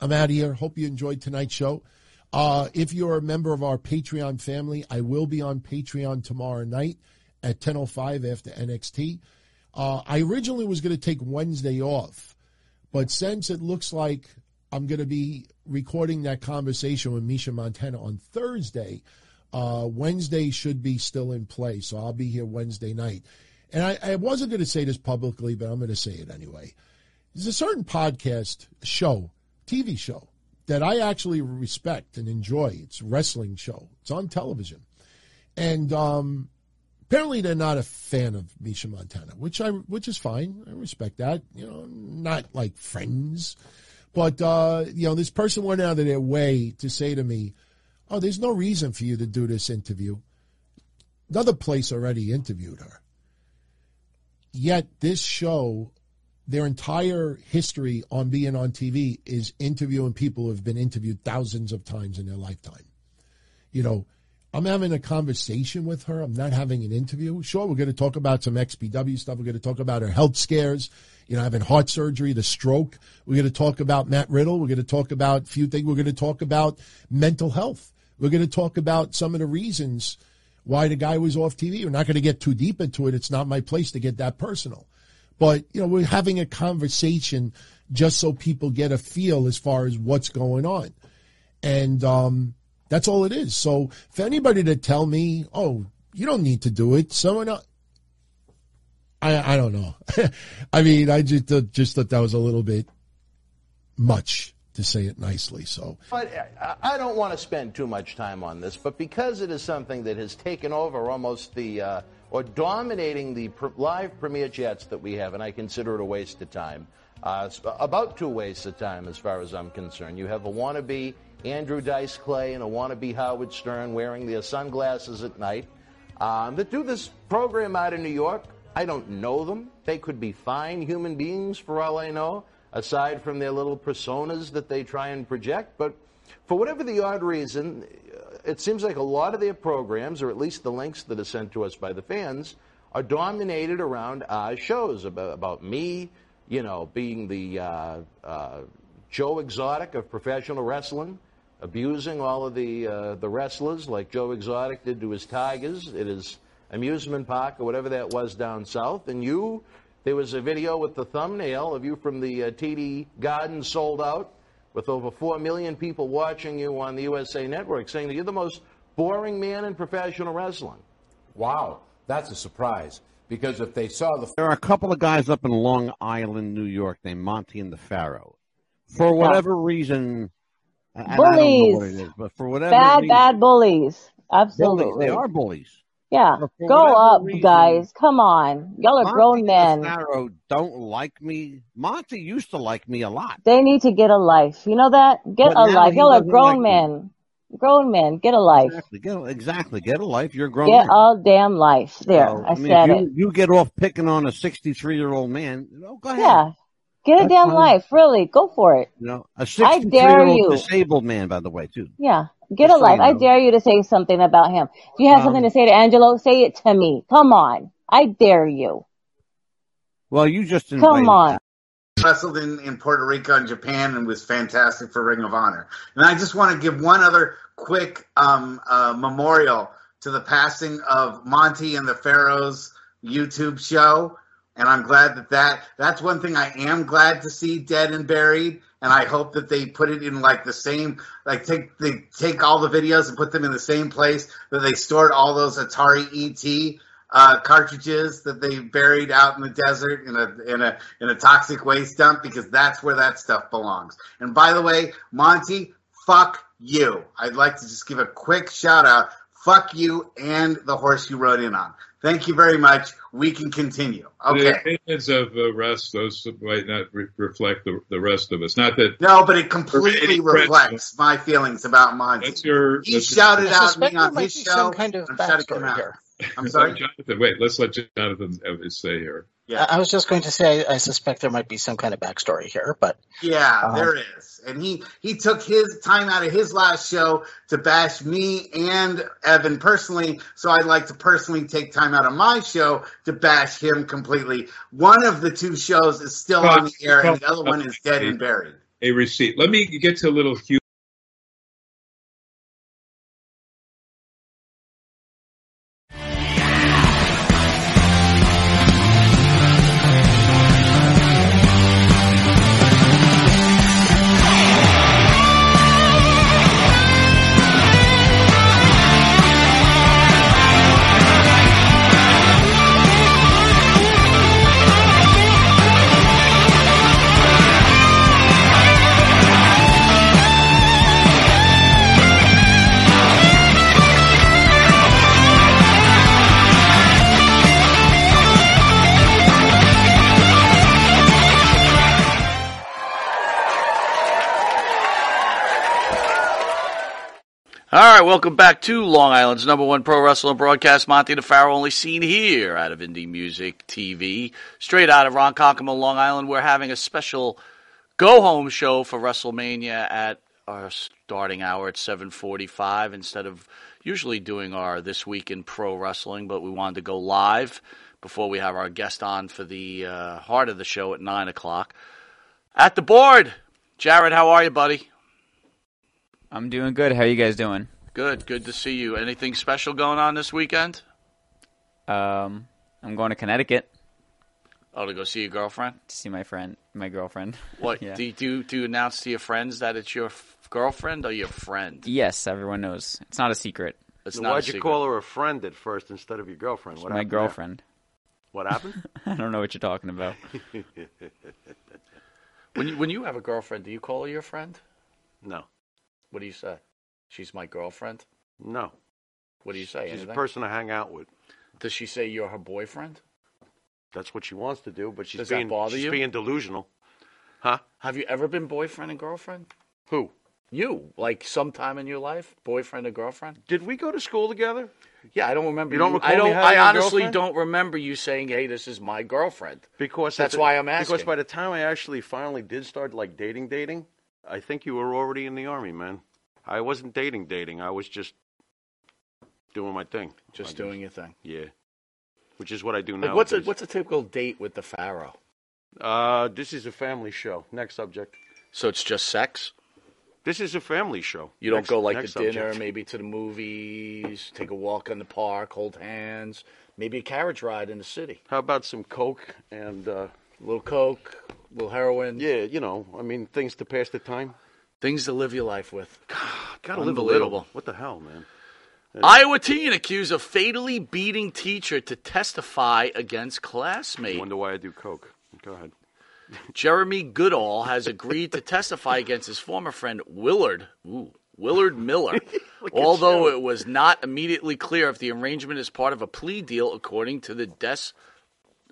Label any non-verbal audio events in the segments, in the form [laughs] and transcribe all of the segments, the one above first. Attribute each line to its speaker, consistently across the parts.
Speaker 1: I'm out of here. Hope you enjoyed tonight's show. Uh, if you're a member of our Patreon family, I will be on Patreon tomorrow night at 10.05 after NXT. Uh, I originally was going to take Wednesday off, but since it looks like I'm going to be recording that conversation with Misha Montana on Thursday, uh, Wednesday should be still in play, so I'll be here Wednesday night. And I, I wasn't going to say this publicly, but I'm going to say it anyway. There's a certain podcast show, TV show, that I actually respect and enjoy. It's a wrestling show. It's on television, and um, apparently they're not a fan of Misha Montana, which I which is fine. I respect that. You know, not like friends, but uh, you know, this person went out of their way to say to me, "Oh, there's no reason for you to do this interview." Another place already interviewed her. Yet this show, their entire history on being on TV is interviewing people who have been interviewed thousands of times in their lifetime. You know, I'm having a conversation with her. I'm not having an interview. Sure, we're going to talk about some XPW stuff. We're going to talk about her health scares, you know, having heart surgery, the stroke. We're going to talk about Matt Riddle. We're going to talk about a few things. We're going to talk about mental health. We're going to talk about some of the reasons why the guy was off TV. We're not going to get too deep into it. It's not my place to get that personal. But, you know, we're having a conversation just so people get a feel as far as what's going on. And, um, that's all it is. So for anybody to tell me, oh, you don't need to do it, someone else. I, I don't know. [laughs] I mean, I just uh, just thought that was a little bit much to say it nicely. So
Speaker 2: But I- I don't want to spend too much time on this, but because it is something that has taken over almost the, uh, or dominating the pr- live premiere chats that we have, and I consider it a waste of time, uh, s- about two wastes of time as far as I'm concerned. You have a wannabe Andrew Dice Clay and a wannabe Howard Stern wearing their sunglasses at night um, that do this program out of New York. I don't know them. They could be fine human beings for all I know, aside from their little personas that they try and project. But for whatever the odd reason, uh, it seems like a lot of their programs, or at least the links that are sent to us by the fans, are dominated around our shows about, about me, you know, being the uh, uh, Joe Exotic of professional wrestling, abusing all of the uh, the wrestlers like Joe Exotic did to his Tigers at his amusement park or whatever that was down south. And you, there was a video with the thumbnail of you from the uh, TD Garden sold out with over four million people watching you on the USA Network, saying that you're the most boring man in professional wrestling.
Speaker 3: Wow, that's a surprise. Because if they saw the. There are a couple of guys up in Long Island, New York, named Monty and the Pharaoh. For whatever reason. and I don't know what it
Speaker 4: Bullies.
Speaker 3: is, but for whatever
Speaker 4: Bad,
Speaker 3: reason-
Speaker 4: bad bullies. Absolutely.
Speaker 3: Bullies. They are bullies.
Speaker 4: Yeah.
Speaker 3: But for
Speaker 4: Go
Speaker 3: whatever
Speaker 4: up,
Speaker 3: reason-
Speaker 4: guys. Come on. Y'all are
Speaker 3: Monty
Speaker 4: grown
Speaker 3: and
Speaker 4: men.
Speaker 3: the Pharaoh don't like me. Monty used to like me a lot.
Speaker 4: They need to get a life. You know that? Get
Speaker 3: But
Speaker 4: a
Speaker 3: now
Speaker 4: life.
Speaker 3: he
Speaker 4: Y'all are
Speaker 3: doesn't
Speaker 4: grown
Speaker 3: like me.
Speaker 4: men. Grown men. Get a life.
Speaker 3: Exactly. Get a, exactly. Get a life. You're a grown.
Speaker 4: Get
Speaker 3: man.
Speaker 4: a damn life. There.
Speaker 3: So,
Speaker 4: I,
Speaker 3: mean,
Speaker 4: said
Speaker 3: if
Speaker 4: it.
Speaker 3: you, You get off picking on a 63 year old man. Oh, go ahead.
Speaker 4: Yeah. Get a
Speaker 3: That's
Speaker 4: damn
Speaker 3: fine.
Speaker 4: life. Really. Go for it.
Speaker 3: You know, a
Speaker 4: I
Speaker 3: 63 year
Speaker 4: dare
Speaker 3: old
Speaker 4: you.
Speaker 3: disabled man, by the way, too.
Speaker 4: Yeah. Get a
Speaker 3: Just so
Speaker 4: life.
Speaker 3: you
Speaker 4: I
Speaker 3: know.
Speaker 4: dare you to say something about him. If you have
Speaker 3: Um,
Speaker 4: something to say to Angelo, say it to me. Come on. I dare you.
Speaker 3: Well, you just invited.
Speaker 4: Come on.
Speaker 5: wrestled in, in Puerto Rico and Japan and was fantastic for Ring of Honor. And I just want to give one other quick um, uh, memorial to the passing of Monty and the Pharaoh's YouTube show. And I'm glad that, that that's one thing I am glad to see dead and buried. And I hope that they put it in like the same, like take they take all the videos and put them in the same place that they stored all those Atari ET uh, cartridges that they buried out in the desert in a in a in a toxic waste dump because that's where that stuff belongs. And by the way, Monty, fuck you. I'd like to just give a quick shout out. Fuck you and the horse you rode in on. Thank you very much. We can continue.
Speaker 6: The
Speaker 5: Okay.
Speaker 6: opinions of the rest, those might not re- reflect the, the rest of us. Not that
Speaker 5: No, but it completely
Speaker 6: Any question?
Speaker 5: reflects my feelings about Monty.
Speaker 6: that's your.
Speaker 5: He
Speaker 6: that's-
Speaker 5: shouted
Speaker 7: I
Speaker 5: out
Speaker 7: suspect
Speaker 5: me
Speaker 7: there
Speaker 5: on
Speaker 7: might be
Speaker 5: his show.
Speaker 7: some kind of
Speaker 5: I'm shutting him
Speaker 7: backstory
Speaker 5: out.
Speaker 7: here.
Speaker 5: I'm
Speaker 6: let
Speaker 5: sorry.
Speaker 6: Jonathan, wait, let's let Jonathan uh, say here.
Speaker 5: Yeah.
Speaker 7: I I was just going to say I, I suspect there might be some kind of backstory here, but
Speaker 5: Yeah,
Speaker 7: Uh-huh.
Speaker 5: there is. And he he took his time out of his last show to bash me and Evan personally, so I'd like to personally take time out of my show to bash him completely. One of the two shows is still on the air and the other one is dead and buried.
Speaker 6: a receipt. Let me get to a little Hugh.
Speaker 8: All right, welcome back to Long Island's number one pro wrestling broadcast, Monty DeFaro, only seen here out of Indie Music TV, straight out of Ronkonkoma, Long Island. We're having a special go-home show for WrestleMania at our starting hour at 7:45 instead of usually doing our this week in pro wrestling, but we wanted to go live before we have our guest on for the uh, heart of the show at nine o'clock. At the board, Jared, how are you, buddy?
Speaker 9: I'm doing good. How you guys doing?
Speaker 8: Good, good to see you. Anything special going on this weekend?
Speaker 9: Um, I'm going to Connecticut
Speaker 8: Oh, to go see your girlfriend.
Speaker 9: to see my friend, my girlfriend. [laughs]
Speaker 8: What
Speaker 9: Yeah.
Speaker 8: do, you, do you do you announce to your friends that it's your f- girlfriend or your friend?
Speaker 9: Yes, everyone knows. It's not a secret.
Speaker 8: It's
Speaker 2: So
Speaker 8: not
Speaker 2: why'd
Speaker 8: a
Speaker 2: you
Speaker 8: secret.
Speaker 2: call her a friend at first instead of your girlfriend? What
Speaker 9: my
Speaker 2: happened there?
Speaker 9: girlfriend. [laughs]
Speaker 2: What happened?
Speaker 9: I don't know what you're talking about.
Speaker 8: [laughs] When you, when you have a girlfriend, do you call her your friend?
Speaker 2: no,
Speaker 8: What do you say? She's my girlfriend.
Speaker 2: no.
Speaker 8: What do you say?
Speaker 2: She's
Speaker 8: Anything?
Speaker 2: a person I hang out with.
Speaker 8: Does she say you're her boyfriend?
Speaker 2: That's what she wants to do, but she's
Speaker 8: Does that
Speaker 2: being
Speaker 8: bother
Speaker 2: she's
Speaker 8: you?
Speaker 2: being delusional. Huh?
Speaker 8: Have you ever been boyfriend and girlfriend?
Speaker 2: Who?
Speaker 8: You like sometime in your life, boyfriend or girlfriend?
Speaker 2: Did we go to school together?
Speaker 8: Yeah, I don't remember.
Speaker 2: You don't recall
Speaker 8: I
Speaker 2: me
Speaker 8: don't.
Speaker 2: having
Speaker 8: I
Speaker 2: a
Speaker 8: honestly
Speaker 2: girlfriend?
Speaker 8: don't remember you saying, "Hey, this is my girlfriend."
Speaker 2: Because
Speaker 8: That's
Speaker 2: at
Speaker 8: why I'm
Speaker 2: Because
Speaker 8: asking.
Speaker 2: by the time I actually finally did start like dating, dating, I think you were already in the army, man. I wasn't dating, dating. I was just doing my thing.
Speaker 8: Just
Speaker 2: I
Speaker 8: doing your thing.
Speaker 2: Yeah. Which is what I do now.
Speaker 8: Like, what's a what's a typical date with the pharaoh?
Speaker 2: Uh, this is a family show. Next subject.
Speaker 8: So it's just sex.
Speaker 2: This is a family show.
Speaker 8: You don't
Speaker 2: Next-
Speaker 8: go like to
Speaker 2: next
Speaker 8: dinner,
Speaker 2: subject.
Speaker 8: maybe to the movies, take a walk in the park, hold hands, maybe a carriage ride in the city.
Speaker 2: How about some coke and uh,
Speaker 8: A little coke, a little heroin.
Speaker 2: yeah, you know, I mean, things to pass the time.
Speaker 8: Things to live your life with.
Speaker 2: [sighs] Gotta live a
Speaker 8: Unbelievable.
Speaker 2: little. What the hell, man?
Speaker 8: Iowa teen accused of fatally beating teacher to testify against classmate.
Speaker 2: Wonder why I do coke. Go ahead.
Speaker 8: Jeremy Goodall has agreed to testify against his former friend Willard. Ooh, Willard [laughs] Miller. although it was not immediately clear if the arrangement is part of a plea deal, according to the Des.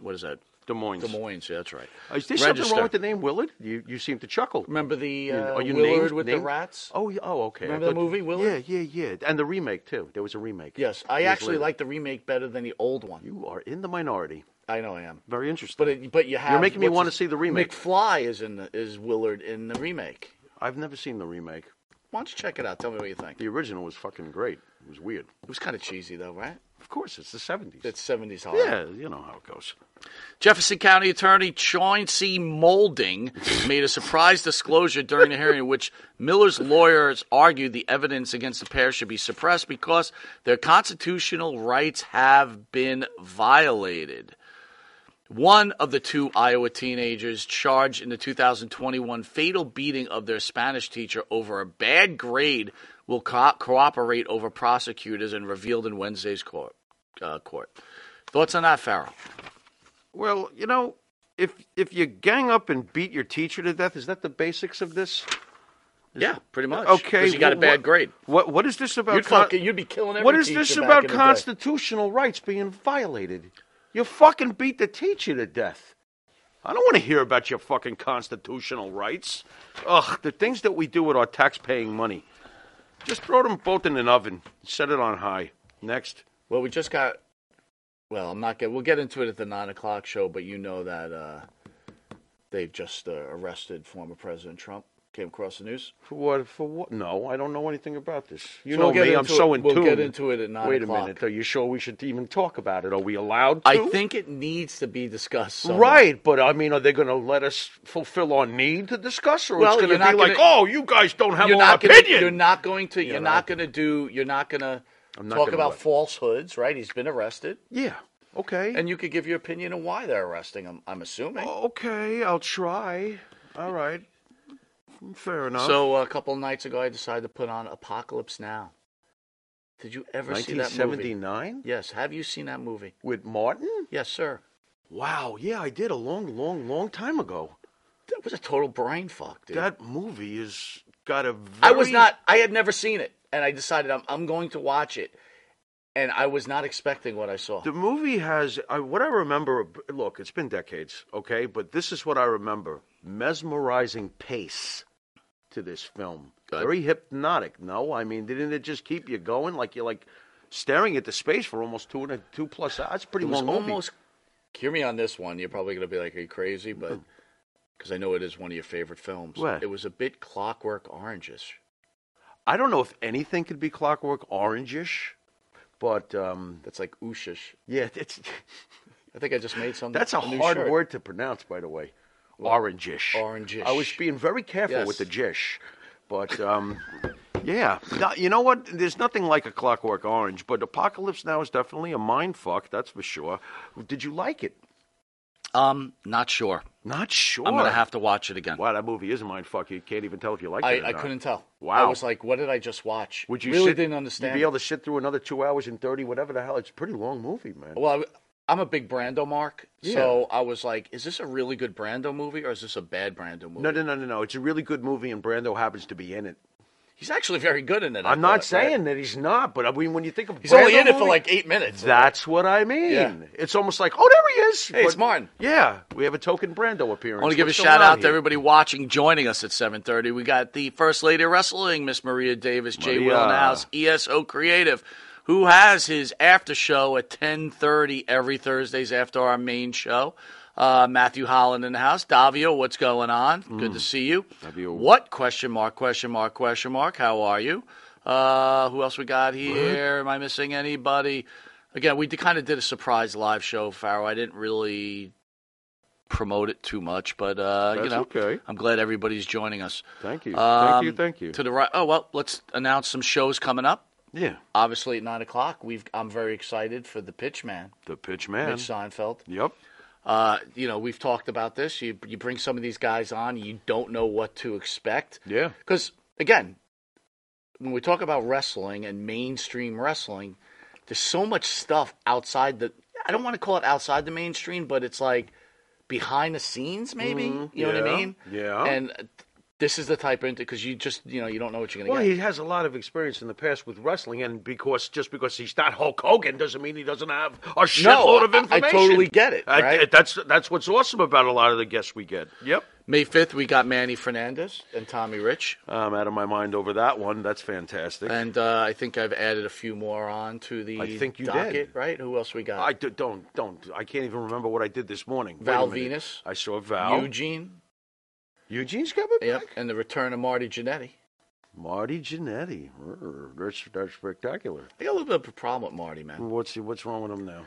Speaker 8: What is that?
Speaker 2: Des Moines.
Speaker 8: Des Moines. Yeah, that's right.
Speaker 2: Is there something
Speaker 8: Register.
Speaker 2: wrong with the name Willard? You you seem to chuckle.
Speaker 8: Remember the uh,
Speaker 2: Are you
Speaker 8: Willard
Speaker 2: named-
Speaker 8: with
Speaker 2: named?
Speaker 8: the rats?
Speaker 2: Oh, yeah, oh, okay. I
Speaker 8: Remember the
Speaker 2: thought-
Speaker 8: movie, Willard?
Speaker 2: Yeah, yeah, yeah. And the remake too. There was a remake.
Speaker 8: Yes, I
Speaker 2: Years
Speaker 8: actually
Speaker 2: later.
Speaker 8: like the remake better than the old one.
Speaker 2: You are in the minority.
Speaker 8: I know I am,
Speaker 2: Very interesting.
Speaker 8: but it, but you have.
Speaker 2: making me
Speaker 8: what's
Speaker 2: wanna
Speaker 8: his-
Speaker 2: see the remake.
Speaker 8: McFly is in the, is Willard in the remake.
Speaker 2: I've never seen the remake.
Speaker 8: Why don't you check it out? Tell me what you think.
Speaker 2: The original was fucking great. It was weird.
Speaker 8: It was kind of cheesy though, right?
Speaker 2: Of course, it's the seventies.
Speaker 8: It's seventies horror.
Speaker 2: yeah, you know how it goes.
Speaker 8: Jefferson County Attorney Chauncey Molding made a surprise disclosure during the hearing in which Miller's lawyers argued the evidence against the pair should be suppressed because their constitutional rights have been violated. One of the two Iowa teenagers charged in the 2021 fatal beating of their Spanish teacher over a bad grade will co- cooperate over prosecutors and revealed in Wednesday's court. Uh, court. Thoughts on that, Farrell?
Speaker 2: Well, you know, if if you gang up and beat your teacher to death, is that the basics of this?
Speaker 8: Yeah, pretty much.
Speaker 2: Okay,
Speaker 8: because you got a
Speaker 2: wh-
Speaker 8: bad
Speaker 2: what-
Speaker 8: grade.
Speaker 2: What what is this about?
Speaker 8: You'd
Speaker 2: con-
Speaker 8: fucking, you'd be killing every
Speaker 2: what is
Speaker 8: teacher
Speaker 2: this
Speaker 8: back
Speaker 2: about
Speaker 8: in the day.
Speaker 2: constitutional rights being violated? You fucking beat the teacher to death. I don't want to hear about your fucking constitutional rights. Ugh, the things that we do with our tax-paying money. Just throw them both in an oven. Set it on high. Next.
Speaker 8: Well, we just got. Well, I'm not gonna. We'll get into it at the nine o'clock show, but you know that uh, they've just uh, arrested former President Trump. came across the news.
Speaker 2: For what? For what? No, I don't know anything about this. You
Speaker 8: So
Speaker 2: know
Speaker 8: we'll get
Speaker 2: me. I'm
Speaker 8: into
Speaker 2: so
Speaker 8: it-
Speaker 2: in
Speaker 8: we'll
Speaker 2: tune.
Speaker 8: get into it at nine
Speaker 2: Wait
Speaker 8: o'clock.
Speaker 2: a minute. Are you sure we should even talk about it? Are we allowed? to?
Speaker 8: I think it needs to be discussed. somewhere.
Speaker 2: Right, but I mean, are they going to let us fulfill our need to discuss, or
Speaker 8: Well,
Speaker 2: it's going
Speaker 8: you're
Speaker 2: to be
Speaker 8: not
Speaker 2: like,
Speaker 8: gonna-
Speaker 2: oh, you guys don't have
Speaker 8: you're
Speaker 2: an
Speaker 8: not
Speaker 2: opinion?
Speaker 8: Gonna, you're not going to. You're
Speaker 2: know?
Speaker 8: not going to do. You're not going to
Speaker 2: not
Speaker 8: talk
Speaker 2: gonna
Speaker 8: about
Speaker 2: what?
Speaker 8: falsehoods. Right? He's been arrested,
Speaker 2: yeah. Okay.
Speaker 8: and you could give your opinion on why they're arresting him. I'm assuming.
Speaker 2: okay, I'll try. All right. Fair enough.
Speaker 8: So a couple nights ago, I decided to put on Apocalypse Now. Did you ever see that movie?
Speaker 2: 1979
Speaker 8: Yes. Have you seen that movie?
Speaker 2: with Martin?
Speaker 8: Yes, sir.
Speaker 2: Wow. Yeah, I did a long, long, long time ago.
Speaker 8: That was a total brain fuck, dude.
Speaker 2: That movie is got a very.
Speaker 8: I was not. I had never seen it, and I decided I'm, I'm going to watch it, and I was not expecting what I saw.
Speaker 2: The movie has I, what I remember. ab- Look, it's been decades, okay, but this is what I remember: mesmerizing pace to this film,
Speaker 8: Good.
Speaker 2: very hypnotic. No, I mean, didn't it just keep you going? Like you're like staring at the space for almost two and a two plus hours. It's a
Speaker 8: it
Speaker 2: pretty
Speaker 8: was
Speaker 2: long movie.
Speaker 8: almost. Hear me on this one. You're probably going to be like, "Are you
Speaker 2: [laughs]
Speaker 8: crazy?" But because I know it is one of your favorite films,
Speaker 2: What?
Speaker 8: it was a bit Clockwork Oranges.
Speaker 2: I don't know if anything could be Clockwork Orange-ish, but um,
Speaker 8: That's like ooshish.
Speaker 2: yeah, it's,
Speaker 8: I think I just made something.
Speaker 2: that's a,
Speaker 8: new
Speaker 2: hard
Speaker 8: shirt.
Speaker 2: word to pronounce, by the way. Orange-ish.
Speaker 8: Orange-ish.
Speaker 2: I was being very careful
Speaker 8: Yes.
Speaker 2: with the jish, but um, yeah, No, you know what? There's nothing like a Clockwork Orange, but Apocalypse Now is definitely a mind fuck. That's for sure. Did you like it?
Speaker 8: Um, not sure.
Speaker 2: Not sure.
Speaker 8: I'm going to have to watch it again.
Speaker 2: Wow, that movie is a mind fuck. You can't even tell if you like
Speaker 8: I,
Speaker 2: it. Or
Speaker 8: I
Speaker 2: not.
Speaker 8: couldn't tell.
Speaker 2: Wow.
Speaker 8: I was like, "What did I just watch?"
Speaker 2: Would you
Speaker 8: really
Speaker 2: sit-
Speaker 8: didn't understand?
Speaker 2: You'd be able to sit through another two hours and thirty, whatever the hell. It's a pretty long movie, man.
Speaker 8: Well, I, am a big Brando mark,
Speaker 2: Yeah.
Speaker 8: so I was like, "Is this a really good Brando movie, or is this a bad Brando movie?"
Speaker 2: No, no, no, no, no. It's a really good movie, and Brando happens to be in it.
Speaker 8: He's actually very good in it. I
Speaker 2: I'm not
Speaker 8: thought, right?
Speaker 2: saying that he's not, but I mean, when you think of
Speaker 8: he's
Speaker 2: Brando
Speaker 8: only in it for
Speaker 2: movie-
Speaker 8: like eight minutes.
Speaker 2: That's what I mean.
Speaker 8: Yeah.
Speaker 2: It's almost like, oh, there he is.
Speaker 8: Hey, it's Martin.
Speaker 2: Yeah, we have a token Brando appearance.
Speaker 8: I want to give a
Speaker 2: What's
Speaker 8: shout
Speaker 2: going on
Speaker 8: out to
Speaker 2: here?
Speaker 8: everybody watching, joining us at 7:30. We got the First Lady of Wrestling, Miss Maria Davis, Jay
Speaker 2: Maria.
Speaker 8: Willenhouse, ESO Creative, who has his after show at 10:30 every Thursdays after our main show. Uh, Matthew Holland in the house. Davio, what's going on? Good to see you.
Speaker 2: Mm. Davio.
Speaker 8: What question mark? Question mark? Question mark? How are you? Uh, who else we got here? Am I missing anybody? Again, we kind of did a surprise live show, Farrow. I didn't really promote it too much, but uh, you
Speaker 2: That's
Speaker 8: know,
Speaker 2: okay.
Speaker 8: I'm glad everybody's joining us.
Speaker 2: Thank you.
Speaker 8: Um,
Speaker 2: thank you. Thank you.
Speaker 8: To the right. Oh well, let's announce some shows coming up.
Speaker 2: yeah.
Speaker 8: Obviously at nine o'clock. We've I'm very excited for the Pitch Man,
Speaker 2: The pitch man.
Speaker 8: Mitch Seinfeld.
Speaker 2: Yep.
Speaker 8: Uh, you know, we've talked about this. You you bring some of these guys on, you don't know what to expect.
Speaker 2: Yeah.
Speaker 8: Because again, when we talk about wrestling and mainstream wrestling, there's so much stuff outside the. I don't want to call it outside the mainstream, but it's like behind the scenes, maybe.
Speaker 2: Mhm,
Speaker 8: you know what
Speaker 2: yeah,
Speaker 8: I mean?
Speaker 2: yeah.
Speaker 8: And uh, this is the type of because you just you know you don't know what you're gonna
Speaker 2: Well,
Speaker 8: get.
Speaker 2: he has a lot of experience in the past with wrestling, and because just because he's not Hulk Hogan doesn't mean he doesn't have a shitload of
Speaker 8: I- I
Speaker 2: information.
Speaker 8: totally get it,
Speaker 2: I-
Speaker 8: right?
Speaker 2: that's that's what's awesome about a lot of the guests we get. Yep.
Speaker 8: May fifth, we got Manny Fernandez and Tommy Rich,
Speaker 2: I'm out of my mind over that one. That's fantastic.
Speaker 8: and uh, I think I've added a few more on to the.
Speaker 2: I think you
Speaker 8: docket,
Speaker 2: did.
Speaker 8: right? Who else we got?
Speaker 2: I d- don't don't I can't even remember what I did this morning. Wait a
Speaker 8: Val
Speaker 2: minute.
Speaker 8: Venus.
Speaker 2: I saw Val.
Speaker 8: Eugene,
Speaker 2: Eugene's coming
Speaker 8: yep,
Speaker 2: back.
Speaker 8: and the return of Marty Jannetty.
Speaker 2: Marty Jannetty. Err, That's that's spectacular.
Speaker 8: I got a little bit of a problem with Marty, man.
Speaker 2: What's what's wrong with him now?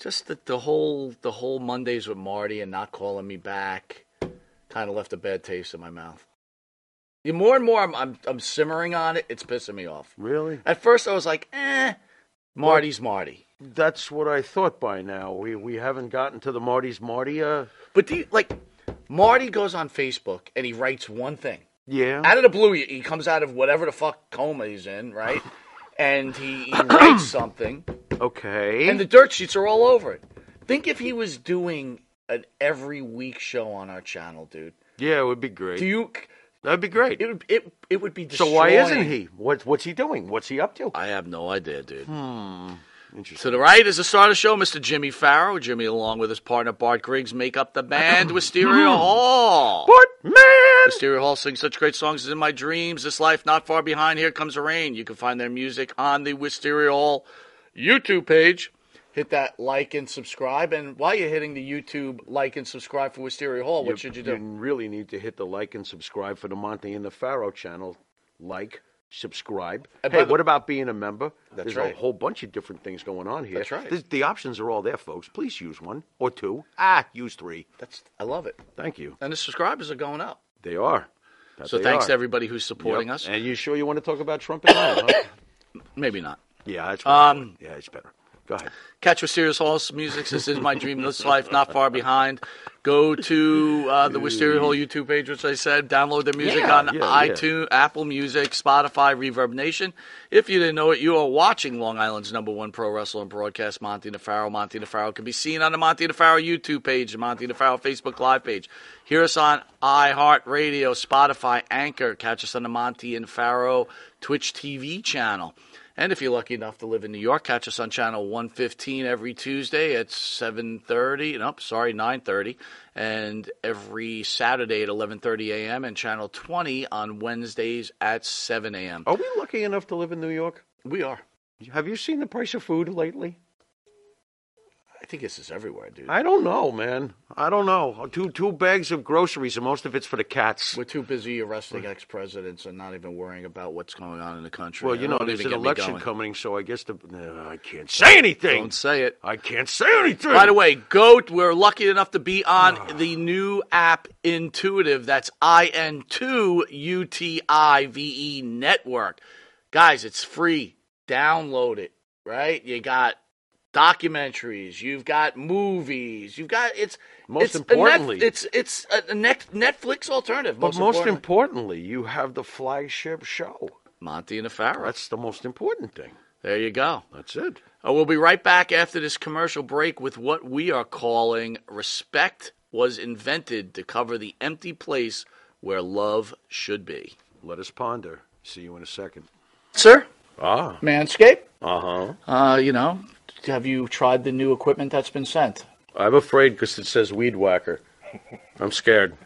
Speaker 8: just the, the whole the whole Mondays with Marty and not calling me back kind of left a bad taste in my mouth. The more and more I'm, I'm I'm simmering on it, it's pissing me off.
Speaker 2: Really?
Speaker 8: At first I was like, eh, Marty's Marty.
Speaker 2: That's what I thought by now. We we haven't gotten to the Marty's Marty uh
Speaker 8: But do you, like Marty goes on Facebook and he writes one thing.
Speaker 2: yeah.
Speaker 8: Out of the blue, he he comes out of whatever the fuck coma he's in, right? [laughs] And he, he
Speaker 2: [clears throat]
Speaker 8: writes something,
Speaker 2: Okay.
Speaker 8: and the dirt sheets are all over it. Think if he was doing an every week show on our channel, dude.
Speaker 2: yeah, it would be great.
Speaker 8: Do you?
Speaker 2: That'd be great.
Speaker 8: It would. It, it would be.
Speaker 2: so
Speaker 8: Destroying.
Speaker 2: why isn't he? What what's he doing? What's he up to?
Speaker 8: I have no idea, dude.
Speaker 2: Hmm, Interesting.
Speaker 8: To the right is the start of the show, Mr. Jimmy Farrow. Jimmy, along with his partner Bart Griggs, make up
Speaker 2: [coughs]
Speaker 8: the band Wisteria Hall.
Speaker 2: Hmm. What man?
Speaker 8: Wisteria Hall sings such great songs as In My Dreams, This Life Not Far Behind, Here Comes the Rain. You can find their music on the Wisteria Hall YouTube page. hit that like and subscribe. And while you're hitting the YouTube like and subscribe for Wisteria Hall, what should you do?
Speaker 2: really need to hit the like and subscribe for the Monty and the Pharaoh channel. Like, subscribe.
Speaker 8: Uh, by
Speaker 2: hey,
Speaker 8: the-
Speaker 2: what about being a member?
Speaker 8: That's
Speaker 2: There's
Speaker 8: right.
Speaker 2: a whole bunch of different things going on here.
Speaker 8: That's right.
Speaker 2: There's- the options are all there, folks. Please use one or two. Ah, use three.
Speaker 8: That's I love it.
Speaker 2: Thank you.
Speaker 8: And the subscribers are going up.
Speaker 2: They are. That
Speaker 8: so
Speaker 2: they
Speaker 8: thanks
Speaker 2: are.
Speaker 8: to everybody who's supporting
Speaker 2: Yep.
Speaker 8: us.
Speaker 2: And you sure you want to talk about Trump and all, huh?
Speaker 8: Maybe not.
Speaker 2: Yeah, that's
Speaker 10: Uh,
Speaker 8: Um,
Speaker 2: yeah, it's better. Go ahead.
Speaker 8: Catch Wisteria Hall's music. This is my dream. This life not far behind. Go to uh, the Wisteria Hall YouTube page, which I said. Download the music
Speaker 2: Mm. Yeah,
Speaker 8: on
Speaker 2: yeah, yeah.
Speaker 8: iTunes, Apple Music, Spotify, Reverb Nation. If you didn't know it, you are watching Long Island's number one pro wrestler and broadcast, Monty DeFaro. Monty DeFaro can be seen on the Monty DeFaro YouTube page, the Monty DeFaro Facebook Live page. Hear us on iHeartRadio, Spotify, Anchor. Catch us on the Monty and Faro Twitch TV channel. And if you're lucky enough to live in New York, catch us on channel 115 every Tuesday at 7:30. No, oh, sorry, 9:30, and every Saturday at 11:30 a.m. and channel 20 on Wednesdays at 7 a.m.
Speaker 2: Are we lucky enough to live in New York?
Speaker 8: We are.
Speaker 2: Have you seen the price of food lately?
Speaker 8: I think this is everywhere, dude.
Speaker 2: I don't know, man. I don't know. Two two bags of groceries, and most of it's for the cats.
Speaker 8: We're too busy arresting ex-presidents and not even worrying about what's going on in the country.
Speaker 2: Well, you
Speaker 8: I
Speaker 2: know,
Speaker 8: don't
Speaker 2: there's
Speaker 8: even
Speaker 2: an
Speaker 8: get me
Speaker 2: election
Speaker 8: going.
Speaker 2: coming, so I guess the no, I can't say anything.
Speaker 8: Don't say it.
Speaker 2: I can't say anything. Ah.
Speaker 8: By the way, go. We're lucky enough to be on the new app Intuitive. That's I N two U T I V E network. Guys, it's free. Download it. Right? You got documentaries. You've got movies. You've got it's
Speaker 2: Most
Speaker 8: it's a
Speaker 2: importantly-
Speaker 8: net, it's it's a net, Netflix alternative.
Speaker 2: but most,
Speaker 8: importantly.
Speaker 2: importantly, you have the flagship show.
Speaker 8: Monty and the Pharaoh.
Speaker 2: That's the most important thing.
Speaker 8: there you go.
Speaker 2: That's it.
Speaker 8: Uh, we'll be right back after this commercial break with what we are calling Respect Was Invented to Cover the Empty Place Where Love Should Be.
Speaker 2: Let us ponder. See you in a second.
Speaker 8: Sir?
Speaker 2: Ah.
Speaker 8: Manscaped?
Speaker 2: Uh huh.
Speaker 8: Uh, you know, have you tried the new equipment that's been sent?
Speaker 2: I'm afraid because it says weed whacker. I'm scared.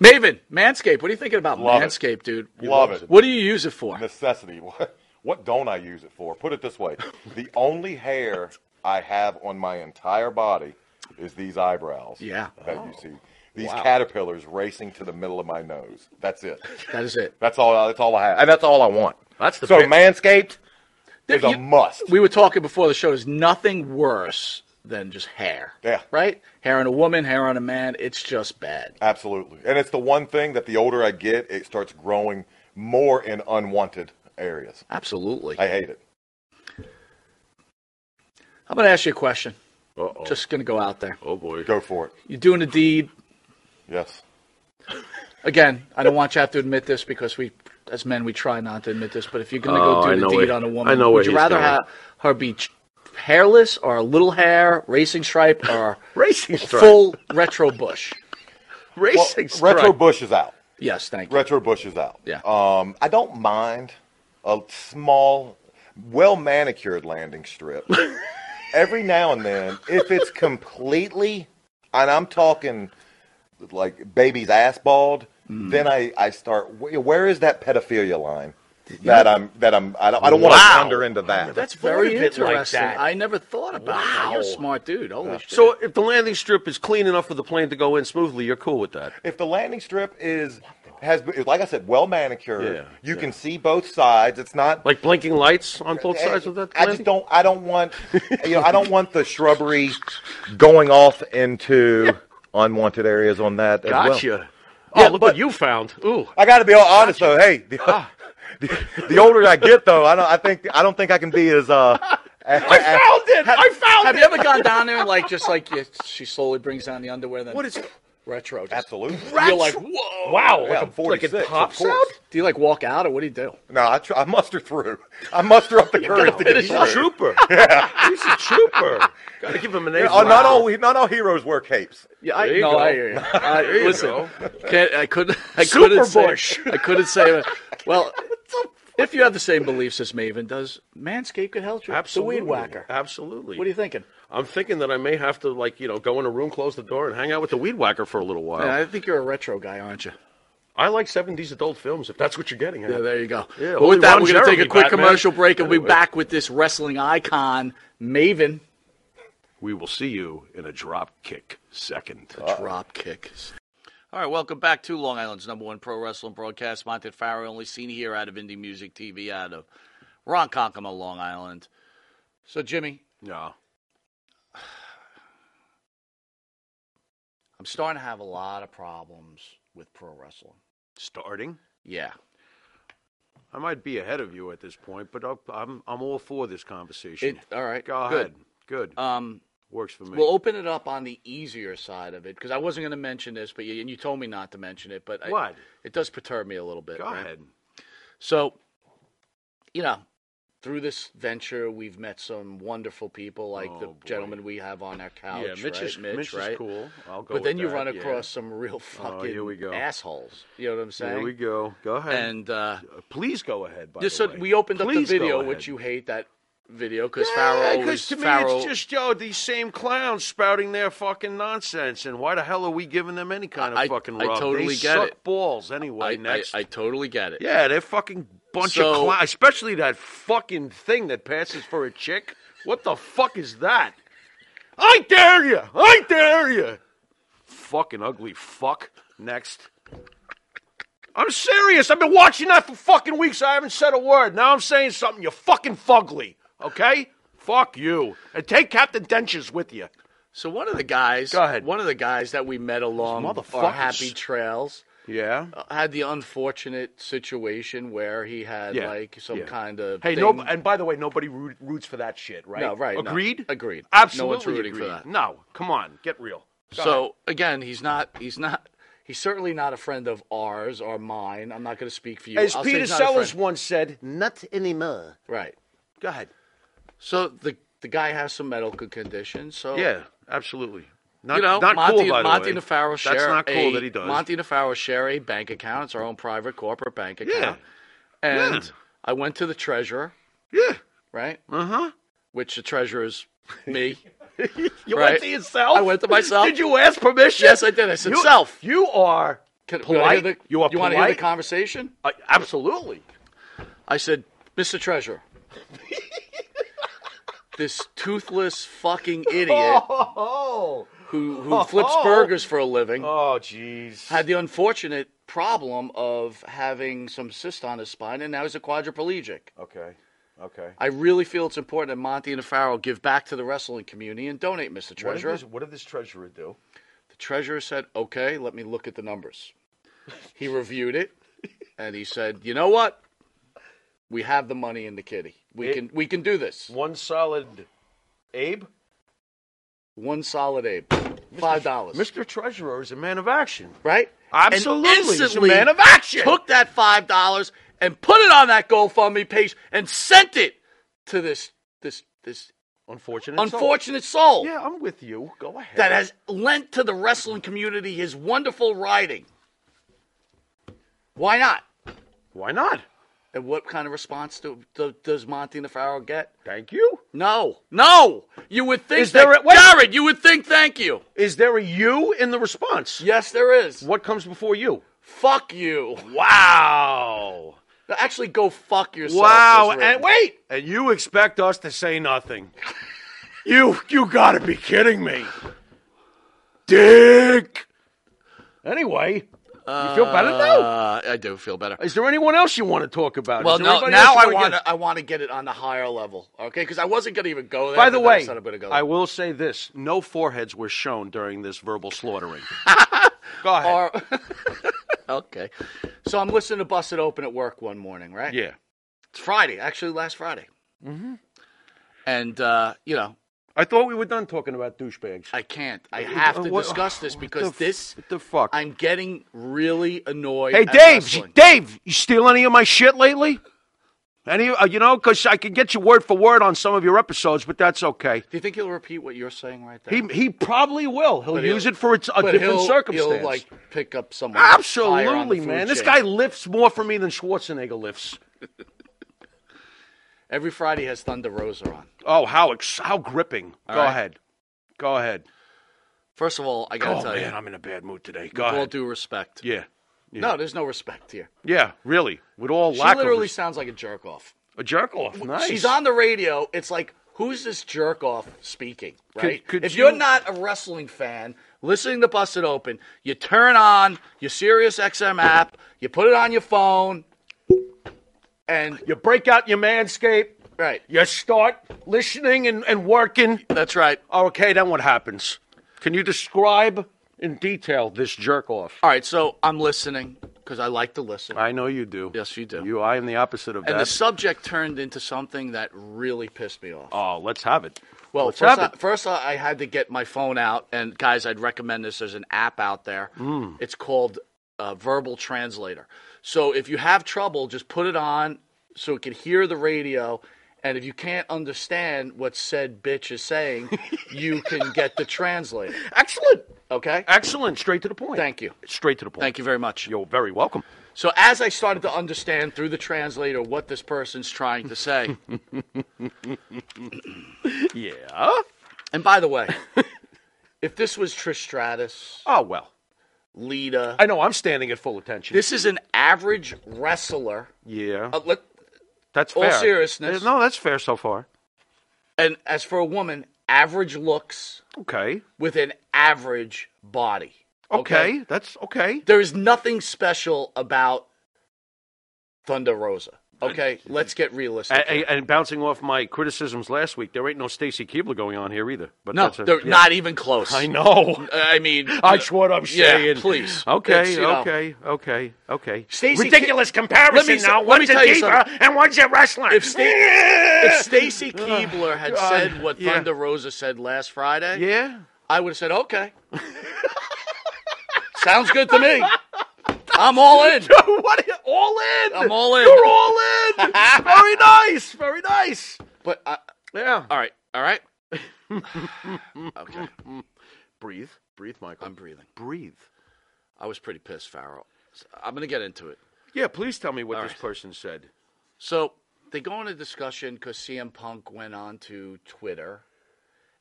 Speaker 8: Maven, Manscaped, what are you thinking about
Speaker 10: Love it.
Speaker 8: Manscaped, dude?
Speaker 10: Love it.
Speaker 8: What do you use it for?
Speaker 10: Necessity. [laughs] What, what don't I use it for? Put it this
Speaker 8: [laughs]
Speaker 10: way the only hair I have on my entire body is these eyebrows.
Speaker 8: Yeah.
Speaker 10: That you see. These
Speaker 8: Wow.
Speaker 10: caterpillars racing to the middle of my nose. That's it.
Speaker 8: That is it.
Speaker 10: That's all. That's all I have, and that's all I want.
Speaker 2: That's
Speaker 10: so manscaped is a
Speaker 8: you-
Speaker 10: must.
Speaker 8: We were talking before the show, there's nothing worse than just hair.
Speaker 10: Yeah.
Speaker 8: Right? Hair on a woman, hair on a man, it's just bad.
Speaker 10: Absolutely, and it's the one thing that the older I get, it starts growing more in unwanted areas.
Speaker 8: Absolutely.
Speaker 10: I hate it.
Speaker 8: I'm going to ask you a question.
Speaker 2: Uh-oh.
Speaker 8: Just going to go out there.
Speaker 2: Oh boy.
Speaker 10: Go for it.
Speaker 8: You're doing a deed.
Speaker 10: Yes.
Speaker 8: Again, I don't want you to have to admit this because we, as men, we try not to admit this. But if you're going to
Speaker 2: Oh,
Speaker 8: go
Speaker 2: I
Speaker 8: do
Speaker 2: know
Speaker 8: the deed
Speaker 2: where-
Speaker 8: on a woman,
Speaker 2: I know where
Speaker 8: would you
Speaker 2: he's
Speaker 8: rather
Speaker 2: going.
Speaker 8: have her be ch- hairless or a little hair, racing stripe, or
Speaker 2: [laughs] Racing stripe.
Speaker 8: full retro bush?
Speaker 10: Well,
Speaker 2: [laughs] Racing stripe. oh,
Speaker 10: retro bush is out.
Speaker 8: Yes, thank you.
Speaker 10: Retro bush is out.
Speaker 8: Yeah.
Speaker 10: Um, I don't mind a small, well manicured landing strip. Every now and then, if it's completely, and I'm talking like baby's ass bald,
Speaker 8: Mm.
Speaker 10: then I, I start. wh- Where is that pedophilia line? That I'm that I'm I don't I don't
Speaker 2: Wow.
Speaker 10: want to wander into that.
Speaker 8: That's
Speaker 2: thought
Speaker 8: very
Speaker 2: of it like
Speaker 8: interesting.
Speaker 2: that.
Speaker 8: I never thought about that. You're a
Speaker 2: Wow.
Speaker 8: smart dude. Holy shit.
Speaker 2: So if the landing strip is clean enough for the plane to go in smoothly, you're cool with that.
Speaker 10: if the landing strip is has been- like I said, well manicured,
Speaker 2: Yeah,
Speaker 10: you
Speaker 2: yeah.
Speaker 10: can see both sides. It's not
Speaker 2: Like blinking lights on both sides of that.
Speaker 10: I
Speaker 2: landing?
Speaker 10: just don't. I don't want.
Speaker 2: [laughs]
Speaker 10: You know, I don't want the shrubbery going off into unwanted areas on that. as well.
Speaker 2: Gotcha. Oh,
Speaker 10: Yeah,
Speaker 2: look
Speaker 10: but-
Speaker 2: what you found. Ooh. Ah.
Speaker 10: I got to be all honest though. Hey, the, [laughs] the, the older I get though, I don't. I think I don't think I can be as.
Speaker 2: [laughs]
Speaker 10: Uh, I
Speaker 2: it. I found
Speaker 8: have you ever gone down there and like just like you, she slowly brings down the underwear? Then
Speaker 2: What is
Speaker 8: retro? Just,
Speaker 10: Absolutely.
Speaker 8: You're like whoa.
Speaker 2: Wow.
Speaker 10: Yeah, I'm
Speaker 2: like, a, like
Speaker 10: 46,
Speaker 2: it
Speaker 10: of
Speaker 2: pops
Speaker 10: course.
Speaker 2: out?
Speaker 8: Do you like walk out or what do you do?
Speaker 10: No, I, tr- I muster through. I muster up the courage to get
Speaker 2: He's a
Speaker 10: through.
Speaker 8: [laughs]
Speaker 2: trooper. He's a trooper. Gotta give him an A.
Speaker 10: Oh, Not all we- not all heroes wear capes.
Speaker 8: Yeah,
Speaker 2: There
Speaker 8: I,
Speaker 2: you
Speaker 8: no,
Speaker 2: go. [laughs]
Speaker 8: I hear you. I,
Speaker 2: you
Speaker 8: listen,
Speaker 2: go.
Speaker 8: can't, I couldn't. I
Speaker 2: Super
Speaker 8: couldn't say.
Speaker 2: Bush.
Speaker 8: I couldn't say.
Speaker 2: [laughs]
Speaker 8: Well, if you have the same beliefs as Maven does, Manscaped could help you.
Speaker 2: Absolutely.
Speaker 8: The weed whacker.
Speaker 2: Absolutely.
Speaker 8: What are you thinking?
Speaker 2: I'm thinking that I may have to, like, you know, go in a room, close the door, and hang out with the weed whacker for a little while.
Speaker 8: Yeah, I think you're a retro guy, aren't you?
Speaker 2: I like 70s adult films, if that's what you're getting at.
Speaker 8: Yeah, there you go.
Speaker 2: Yeah,
Speaker 8: but
Speaker 2: only
Speaker 8: with that,
Speaker 2: Ron
Speaker 8: we're going to
Speaker 2: Jeremy,
Speaker 8: take a quick
Speaker 2: Batman.
Speaker 8: commercial break and we'll be
Speaker 2: Anyway.
Speaker 8: back with this wrestling icon, Maven.
Speaker 2: We will see you in a drop kick second.
Speaker 8: A drop kick. All right, welcome back to Long Island's number one pro wrestling broadcast, Monte Farrow, only seen here out of Indie Music TV out of Ronkonkoma, Long Island. So, Jimmy,
Speaker 2: No.
Speaker 8: I'm starting to have a lot of problems with pro wrestling.
Speaker 2: Starting?
Speaker 8: Yeah.
Speaker 2: I might be ahead of you at this point, but I'll- I'm I'm all for this conversation.
Speaker 8: It- all right.
Speaker 2: Go ahead.
Speaker 8: good.
Speaker 2: Good.
Speaker 8: Um,
Speaker 2: Works for me.
Speaker 8: We'll open it up on the easier side of it because I wasn't going to mention this, but you, and you told me not to mention it. But I-
Speaker 2: What?
Speaker 8: it does perturb me a little bit.
Speaker 2: Go
Speaker 8: right?
Speaker 2: ahead.
Speaker 8: So, you know, through this venture, we've met some wonderful people, like the gentleman we have on our couch.
Speaker 2: Oh, Yeah, Mitch
Speaker 8: uh, right?
Speaker 2: is-
Speaker 8: Mitch,
Speaker 2: Mitch is
Speaker 8: right?
Speaker 2: cool. I'll go
Speaker 8: But then
Speaker 2: with
Speaker 8: you
Speaker 2: that,
Speaker 8: run
Speaker 2: yeah.
Speaker 8: across some real
Speaker 2: Oh,
Speaker 8: fucking
Speaker 2: here we go.
Speaker 8: assholes. You know what I'm saying?
Speaker 2: Here we go. Go ahead.
Speaker 8: And uh,
Speaker 2: please go ahead. By
Speaker 8: Yeah,
Speaker 2: the
Speaker 8: so
Speaker 2: way.
Speaker 8: we opened up
Speaker 2: Please
Speaker 8: the
Speaker 2: go
Speaker 8: video,
Speaker 2: ahead.
Speaker 8: which you hate that video because
Speaker 2: Yeah,
Speaker 8: Farrow always
Speaker 2: because to me
Speaker 8: Farrow,
Speaker 2: it's just yo these same clowns spouting their fucking nonsense, and why the hell are we giving them any kind of
Speaker 8: I-
Speaker 2: fucking
Speaker 8: I
Speaker 2: rub?
Speaker 8: totally
Speaker 2: they
Speaker 8: get
Speaker 2: suck
Speaker 8: it.
Speaker 2: balls anyway.
Speaker 8: I, I,
Speaker 2: next,
Speaker 8: I totally get it.
Speaker 2: yeah, they're fucking bunch of
Speaker 8: So-
Speaker 2: clowns, especially that fucking thing that passes for a chick. What the fuck is that? I dare you! I dare you! Fucking ugly fuck. Next. I'm serious. I've been watching that for fucking weeks. I haven't said a word. Now I'm saying something. You're fucking fugly. Okay? Fuck you. And take Captain Dentures with you.
Speaker 8: So one of the guys,
Speaker 2: Go ahead.
Speaker 8: one of the guys that we met along our
Speaker 2: motherfuckers.
Speaker 8: happy trails,
Speaker 2: Yeah.
Speaker 8: uh, had the unfortunate situation where he had
Speaker 2: Yeah,
Speaker 8: like some
Speaker 2: yeah.
Speaker 8: kind of
Speaker 2: Hey,
Speaker 8: thing.
Speaker 2: no. And by the way, nobody root- roots for that shit, right?
Speaker 8: No, right, no.
Speaker 2: Agreed.
Speaker 8: Agreed.
Speaker 2: Absolutely.
Speaker 8: No one's rooting for
Speaker 2: agreed.
Speaker 8: that.
Speaker 2: No, come on, get real. Go
Speaker 8: so again, he's not. He's not. He's certainly not a friend of ours or mine. I'm not going to speak for you.
Speaker 2: ahead. as
Speaker 8: I'll say
Speaker 2: Peter
Speaker 8: he's not a friend.
Speaker 2: Sellers once said, "Not anymore."
Speaker 8: right?
Speaker 2: Go ahead.
Speaker 8: So the the guy has some medical conditions. So
Speaker 2: Yeah, absolutely. Not,
Speaker 8: you know,
Speaker 2: not
Speaker 8: Monty,
Speaker 2: cool, by the
Speaker 8: Monty
Speaker 2: way.
Speaker 8: Nefaro share
Speaker 2: That's not cool
Speaker 8: a,
Speaker 2: that he does.
Speaker 8: Monty Nefaro share a bank account. It's our own private corporate bank account.
Speaker 2: Yeah.
Speaker 8: And
Speaker 2: Yeah.
Speaker 8: I went to the treasurer.
Speaker 2: Yeah.
Speaker 8: Right?
Speaker 2: Uh huh.
Speaker 8: Which the
Speaker 2: [laughs]
Speaker 8: treasurer is me.
Speaker 2: You
Speaker 8: right?
Speaker 2: went to yourself.
Speaker 8: I went to myself.
Speaker 2: Did you ask permission?
Speaker 8: [laughs] Yes, I did. I said,
Speaker 2: you,
Speaker 8: self.
Speaker 2: You are
Speaker 8: Can- can I hear
Speaker 2: polite.
Speaker 8: the-
Speaker 2: you are
Speaker 8: you
Speaker 2: polite.
Speaker 8: want to hear the conversation?
Speaker 2: Uh, absolutely.
Speaker 8: I said,
Speaker 2: [laughs]
Speaker 8: Mr. Treasurer, this toothless fucking idiot
Speaker 2: [laughs] Oh.
Speaker 8: who, who flips burgers for a living
Speaker 2: Oh, jeez.
Speaker 8: had the unfortunate problem of having some cyst on his spine, and now he's a quadriplegic.
Speaker 2: Okay. Okay.
Speaker 8: I really feel it's important that Monty and Farrell give back to the wrestling community and donate, Mr.
Speaker 2: What did,
Speaker 8: Treasurer.
Speaker 2: this, what did this treasurer do?
Speaker 8: The treasurer said, okay, let me look at the numbers. He reviewed it, and he said, you know what? We have the money in the kitty. We
Speaker 2: It-
Speaker 8: can we can do this.
Speaker 2: One solid Abe?
Speaker 8: One solid Abe. Five dollars.
Speaker 2: Mr. Treasurer is a man of action.
Speaker 8: Right? And
Speaker 2: Absolutely. He's a
Speaker 8: instantly
Speaker 2: man of action.
Speaker 8: Took that five dollars and put it on that GoFundMe page and sent it to this this this
Speaker 2: Unfortunate. soul.
Speaker 8: unfortunate soul.
Speaker 2: Yeah, I'm with you. Go ahead.
Speaker 8: that has lent to the wrestling community his wonderful writing. Why not?
Speaker 2: Why not?
Speaker 8: And what kind of response do, do, does Monty Nefaro get?
Speaker 2: Thank you.
Speaker 8: No, no. You would think
Speaker 2: Is there
Speaker 8: that-
Speaker 2: a- wait.
Speaker 8: Jared. You would think thank you.
Speaker 2: Is there a you in the response?
Speaker 8: Yes, there is.
Speaker 2: What comes before you?
Speaker 8: Fuck you.
Speaker 2: Wow.
Speaker 8: No, Actually, go fuck yourself.
Speaker 2: Wow.
Speaker 8: was written.
Speaker 2: And wait. And you expect us to say nothing. [laughs] you you gotta be kidding me. Dick. Anyway, you feel better now?
Speaker 8: Uh, I do feel better.
Speaker 2: Is there anyone else you want to talk about? Is
Speaker 8: Well,
Speaker 2: there
Speaker 8: no,
Speaker 2: anybody else
Speaker 8: now
Speaker 2: you
Speaker 8: I
Speaker 2: wanna
Speaker 8: want
Speaker 2: get-
Speaker 8: to. I want to get it on the higher level, okay? Because I wasn't gonna even go there.
Speaker 2: By the
Speaker 8: but then I
Speaker 2: way,
Speaker 8: said I'm gonna go
Speaker 2: I
Speaker 8: there.
Speaker 2: will say this: no foreheads were shown during this verbal slaughtering. Go ahead.
Speaker 8: Or- [laughs] okay. So I'm listening to Bust It Open at work one morning, right?
Speaker 2: yeah. Mm-hmm.
Speaker 8: It's Friday, actually, last Friday. And, uh, you know,
Speaker 2: I thought we were done talking about douchebags.
Speaker 8: I can't. I have to
Speaker 2: uh, What-
Speaker 8: discuss
Speaker 2: [sighs]
Speaker 8: this
Speaker 2: what
Speaker 8: because
Speaker 2: the,
Speaker 8: this,
Speaker 2: What the fuck?
Speaker 8: I'm getting really annoyed.
Speaker 2: hey,
Speaker 8: at
Speaker 2: Dave.
Speaker 8: wrestling.
Speaker 2: Dave, you steal any of my shit lately? Any, uh, you know, because I can get you word for word on some of your episodes, but that's okay.
Speaker 8: Do you think he'll repeat what you're saying right there?
Speaker 2: He he probably will. He'll
Speaker 8: But
Speaker 2: use
Speaker 8: he'll-
Speaker 2: it for its, a
Speaker 8: But
Speaker 2: different
Speaker 8: he'll-
Speaker 2: circumstance.
Speaker 8: He'll, like, pick up someone. higher on the
Speaker 2: Absolutely,
Speaker 8: food
Speaker 2: man. This
Speaker 8: chain.
Speaker 2: guy lifts more for me than Schwarzenegger lifts.
Speaker 8: Every Friday has Thunder Rosa on.
Speaker 2: Oh, how ex- how gripping!
Speaker 8: All
Speaker 2: Go
Speaker 8: right.
Speaker 2: ahead, go ahead.
Speaker 8: First of all, I got to
Speaker 2: Oh
Speaker 8: tell
Speaker 2: man,
Speaker 8: you,
Speaker 2: I'm in a bad mood today.
Speaker 8: with
Speaker 2: Go
Speaker 8: all
Speaker 2: ahead.
Speaker 8: due respect.
Speaker 2: yeah,
Speaker 8: No, there's no respect here.
Speaker 2: yeah, really. With all
Speaker 8: She
Speaker 2: lack
Speaker 8: literally
Speaker 2: of
Speaker 8: sounds like a jerk off.
Speaker 2: a jerk off. Nice.
Speaker 8: She's on the radio. It's like who's this jerk off speaking, right?
Speaker 2: could
Speaker 8: if
Speaker 2: you-
Speaker 8: you... are not a wrestling fan listening to Busted Open, you turn on your Sirius XM app, you put it on your phone, and
Speaker 2: you break out your Manscaped.
Speaker 8: Right.
Speaker 2: You start listening and, and working.
Speaker 8: That's right.
Speaker 2: Okay, then what happens? Can you describe in detail this jerk off?
Speaker 8: All right, so I'm listening because I like to listen.
Speaker 2: I know you do.
Speaker 8: Yes, you do.
Speaker 2: You, I am the opposite of
Speaker 8: And the
Speaker 2: that.
Speaker 8: subject turned into something that really pissed me off.
Speaker 2: oh, let's have it.
Speaker 8: Well,
Speaker 2: let's
Speaker 8: first
Speaker 2: have
Speaker 8: I,
Speaker 2: it.
Speaker 8: first I I had to get my phone out, and guys, I'd recommend this. There's an app out there.
Speaker 2: Mm.
Speaker 8: It's called uh, Verbal Translator. So if you have trouble, just put it on so it can hear the radio. And if you can't understand what said bitch is saying, you can get the translator.
Speaker 2: Excellent.
Speaker 8: Okay.
Speaker 2: Excellent. Straight to the point.
Speaker 8: Thank you.
Speaker 2: Straight to the point.
Speaker 8: Thank you very much.
Speaker 2: You're very welcome.
Speaker 8: So as I started to understand through the translator what this person's trying to say,
Speaker 2: [laughs] yeah.
Speaker 8: and by the way, if this was Trish Stratus,
Speaker 2: Oh well.
Speaker 8: Lita,
Speaker 2: I know I'm standing at full attention.
Speaker 8: this is an average wrestler.
Speaker 2: yeah.
Speaker 8: Uh, let-
Speaker 2: that's
Speaker 8: all
Speaker 2: fair.
Speaker 8: seriousness.
Speaker 2: No, that's fair so far.
Speaker 8: and as for a woman, average looks
Speaker 2: Okay.
Speaker 8: with an average body.
Speaker 2: Okay. That's okay.
Speaker 8: There is nothing special about Thunder Rosa. Okay, let's get realistic.
Speaker 2: And,
Speaker 8: here.
Speaker 2: and, and bouncing off my criticisms last week, there ain't no Stacy Keebler going on here either. But
Speaker 8: no,
Speaker 2: that's a-
Speaker 8: they're
Speaker 2: yeah.
Speaker 8: not even close.
Speaker 2: I know.
Speaker 8: I mean,
Speaker 2: That's what I'm
Speaker 8: yeah,
Speaker 2: saying.
Speaker 8: please. It's,
Speaker 2: Okay.
Speaker 8: [laughs] you know-
Speaker 2: Okay. Okay. Okay.
Speaker 8: Stacey
Speaker 2: Ridiculous
Speaker 8: Ke- Let
Speaker 2: comparison
Speaker 8: me s-
Speaker 2: now.
Speaker 8: let
Speaker 2: One's
Speaker 8: me
Speaker 2: a
Speaker 8: tell you
Speaker 2: diva
Speaker 8: something.
Speaker 2: and one's a wrestler.
Speaker 8: If
Speaker 2: [laughs]
Speaker 8: Sta- if Stacy Keebler had
Speaker 2: God.
Speaker 8: said what
Speaker 2: Yeah.
Speaker 8: Thunder Rosa said last Friday,
Speaker 2: yeah.
Speaker 8: I would have said, okay. [laughs] Sounds good to me. I'm all
Speaker 2: [laughs]
Speaker 8: in.
Speaker 2: what? are you- All in.
Speaker 8: I'm all in.
Speaker 2: You're all
Speaker 8: [laughs]
Speaker 2: in. very nice. Very nice.
Speaker 8: But, uh,
Speaker 2: Yeah.
Speaker 8: all right,
Speaker 2: [laughs]
Speaker 8: all right. okay,
Speaker 2: Breathe. Breathe, Michael.
Speaker 8: I'm breathing.
Speaker 2: Breathe.
Speaker 8: I was pretty pissed, Farrell. So I'm going to get into it.
Speaker 2: Yeah. Please tell me what
Speaker 8: All
Speaker 2: this
Speaker 8: right.
Speaker 2: person said.
Speaker 8: So they go into discussion because CM Punk went on to Twitter